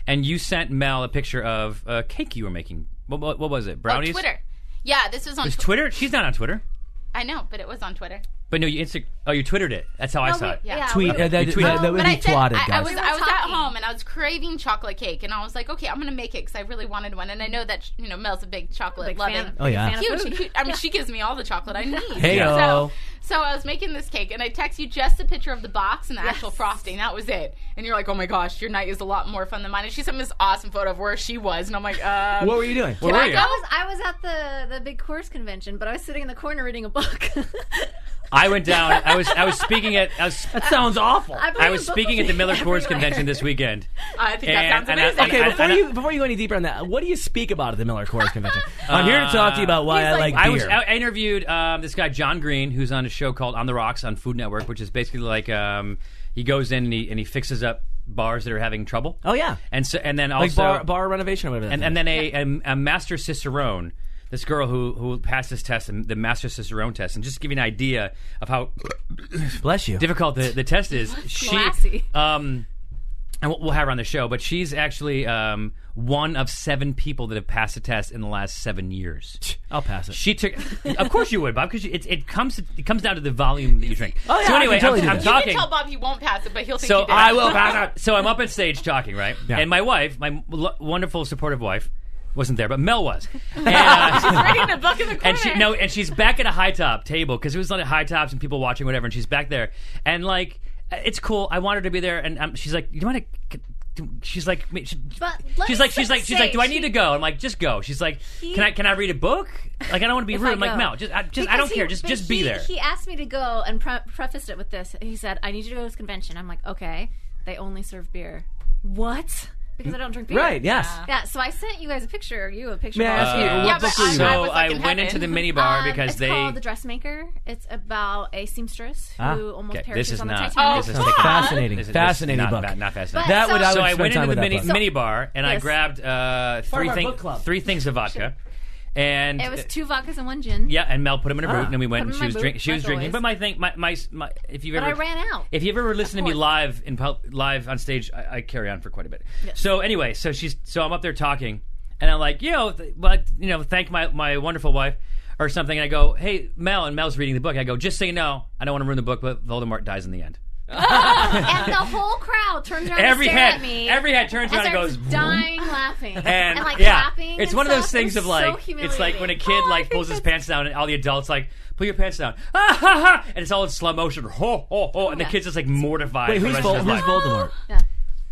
and you sent Mel a picture of a cake you were making. What, what, what was it?
Oh,
Brownies.
Twitter. Yeah, this was on
It's
Twitter.
Twitter. She's not on Twitter,
I know, but it was on Twitter.
but no, you Insta. Oh, you Twittered it. That's how I
No,
saw
Oh, we-
it.
yeah,
Tweet.
we-
uh, that,
You tweeted.
that, that would
but
be
I said I,
twatted, guys. <laughs>
I was I was at
talking.
home and I was craving chocolate cake and I was like, okay, I'm gonna make it because I really wanted one and I know that you know Mel's a big chocolate
Big
loving.
fan.
Oh, yeah.
Fan of
Huge,
food.
huge. I mean, she gives me all the chocolate I need.
Heyo.
So, so I was making this cake, and I text you just a picture of the box and the actual frosting. That was it. And you're like, "Oh my gosh, your night is a lot more fun than mine." And she sent me this awesome photo of where she was, and I'm like, uh,
What were you doing?
Where were
I
you?
go?
I was I was at the the big course convention, but I was sitting in the corner reading a book. <laughs>
I went down. I was I was speaking at
<laughs>
I was, that sounds awful.
I believe
I was
in book
speaking at the Miller Coors
everywhere.
convention this weekend.
I think
And-
that sounds
and I-
amazing."
and
Okay, before
I-
you before you go any deeper on that, what do you speak about at the Miller Coors Convention? I'm here to talk to you about why
He's
Uh, I
like-
like,
I
beer.
was I interviewed um, this guy John Green, who's on a show called On the Rocks on Food Network, which is basically like um, he goes in and he, and he fixes up bars that are having trouble.
oh yeah,
and so and then also
like bar, bar renovation or whatever. that
and,
thing
and
is.
then a, a, a master cicerone. This girl who who passed this test, and the master cicerone test, and just to give you an idea of how
bless you.
difficult the, the test is. She,
Classy.
um, and we'll- we'll have her on the show, but she's actually um, one of seven people that have passed the test in the last seven
<laughs>
years.
I'll pass it.
She took. Of course you would, Bob, because it, it comes it comes down to the volume that you drink.
Oh, yeah,
so
I
anyway,
can totally do
I'm, I'm
that.
you
talking.
can tell Bob he won't pass it, but he'll think
So
he did. <laughs>
I will pass out. So I'm up on stage talking, right? And my wife, my lo- wonderful supportive wife, wasn't there, but Mel
<laughs>
was. And, uh,
Reading a book in the corner.
and she no, and she's back at a high top table because it was on high tops and people watching whatever, and she's back there, and like it's cool. I want her to be there, and um, she's like, you want to. She's like, she-
But let
she's
me
like, she's
set
like,
the
she's like, do I
stage.
need to go? I'm like, just go. She's like, can I can I read a book? Like, I don't want to be
If
rude.
I
I'm like,
go.
Mel, just I, just I
Because
don't
he-
care. Just
but
just be
he-
there.
He asked me to go and pre- prefaced it with this. He said, "I need you to go to this convention." I'm like, "Okay." They only serve beer. What? Because I don't drink beer.
Right? Yes.
Yeah. So I sent you guys a picture. or You a picture.
May I
of-
ask you
Uh,
what
Yeah, but
book were you
so
I
reading?
was like
I
in
went into the
heaven.
mini bar
Um,
because
it's
they.
called the dressmaker. It's about a seamstress who
Ah,
almost
Okay,
perishes
this is
on the
not.
Titanic.
This is
Oh,
taking-
fascinating.
this is- this is
Fascinating
not,
book.
Not, not fascinating.
But-
That would
So-
I would
so I
spend
went
time
into the
with
mini,
that book.
mini bar and I
Yes.
grabbed uh, three,
our
thing-
book club.
three things of vodka, and
It was two vodkas and one gin.
yeah, and Mel put them in her boot, and then we went and
Put 'em in
she
my
was
boot,
drinking. She was
like
drinking,
always.
but my thing, my, my, my if you've
But
ever
I ran out.
If you ever listen to me
course.
live in pub, live on stage, I, I carry on for quite a bit. So anyway, so she's so I'm up there talking, and I'm like, yo, th- but you know, thank my my wonderful wife or something. And I go, hey, Mel, and Mel's reading the book. I go, just so you know, I don't want to ruin the book, but Voldemort dies in the end.
and the whole crowd turns around
Every
and
head,
stares at me.
every head turns
and
around and
starts
goes.
dying laughing and,
and,
like
yeah,
clapping.
It's
and
one of those
stuff.
things
It
of
was
like,
so
it's like when a
humiliating.
kid
Oh, I
like
think
pulls his
that's-
pants down, and all the adults like pull your pants down, <laughs> ah, ha, ha, and it's all in slow motion, <laughs> ho ho ho, and the
Yeah.
kid's just like mortified.
Wait,
for the
who's,
rest
Vol-
of his
who's
life.
Voldemort?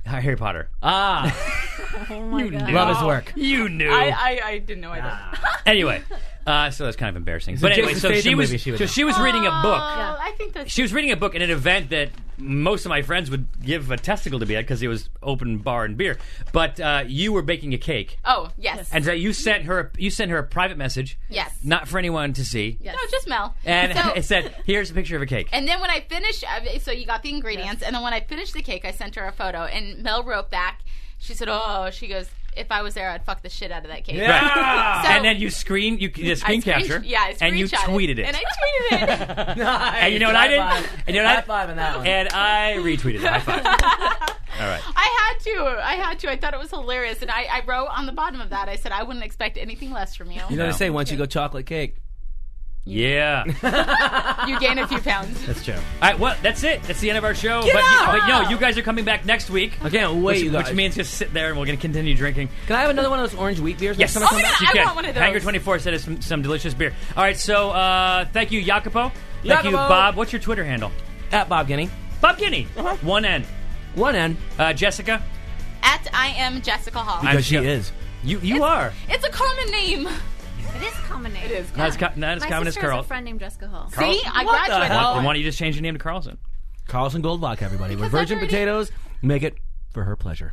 Uh, Harry Potter? <laughs>
Ah,
Oh my god!
love his work.
You knew.
I, I, I didn't know I did.
anyway, uh, so that's kind of embarrassing. but
Jason
anyway, so she
Statham
was
movie, she would
so
know.
she was reading a book.
Oh, I think that's
She was reading a book in an event that most of my friends would give a testicle to be at because it was open bar and beer. But uh, you were baking a cake,
Oh, yes.
and so you sent her you sent her a private message.
Yes.
not for anyone to see.
Yes.
No, just Mel.
And
So-
<laughs> it said, "Here's a picture of a cake."
And then when I finished, I- so you got the ingredients, and then when I finished the cake, I sent her a photo, and Mel wrote back. She said, "Oh, she goes." if I was there, I'd fuck the shit out of that case.
Right.
So-
and then you screen you did a
I
screen
screen-
capture.
yeah, I
and you
screenshot
tweeted it.
And I tweeted it. <laughs>
And you know what I did?
High
And you know what I
High five on that one.
And I retweeted it. High five. All right.
I had to. I had to. I thought it was hilarious. And I, I wrote on the bottom of that, I said, I wouldn't expect anything less from you.
You know what they say? Once you go chocolate cake,
yeah,
you gain a few pounds.
that's true.
All right, well, that's it. That's the end of our show.
Get
but,
up!
but no, you guys are coming back next week.
I can't wait,
Which,
you guys.
which means just sit there and we're going to continue drinking.
Can I have another one of those orange wheat beers?
Yes,
next time Oh I come back?
you can. Hangar 24 said us some, some delicious beer. All right, so uh, thank you, Jacopo. Thank you,
Jacopo.
Bob. What's your Twitter handle?
At Bob Guinea.
Bob Guinea.
Uh-huh.
One N.
One N.
Uh, Jessica.
At I am Jessica Hall.
I'm Jeff. You you are.
It's a common name.
It is common name. It is.
Not as, co- not as
My
common as
sister has
Carl.
a friend named Jessica Hall.
Carl- See, I
What the
graduated.
hell?
Why why don't you just change your name to Carlson?
Carlson Gold Vodka, everybody. We're
Because I've
virgin
already-
potatoes. Make it for her pleasure.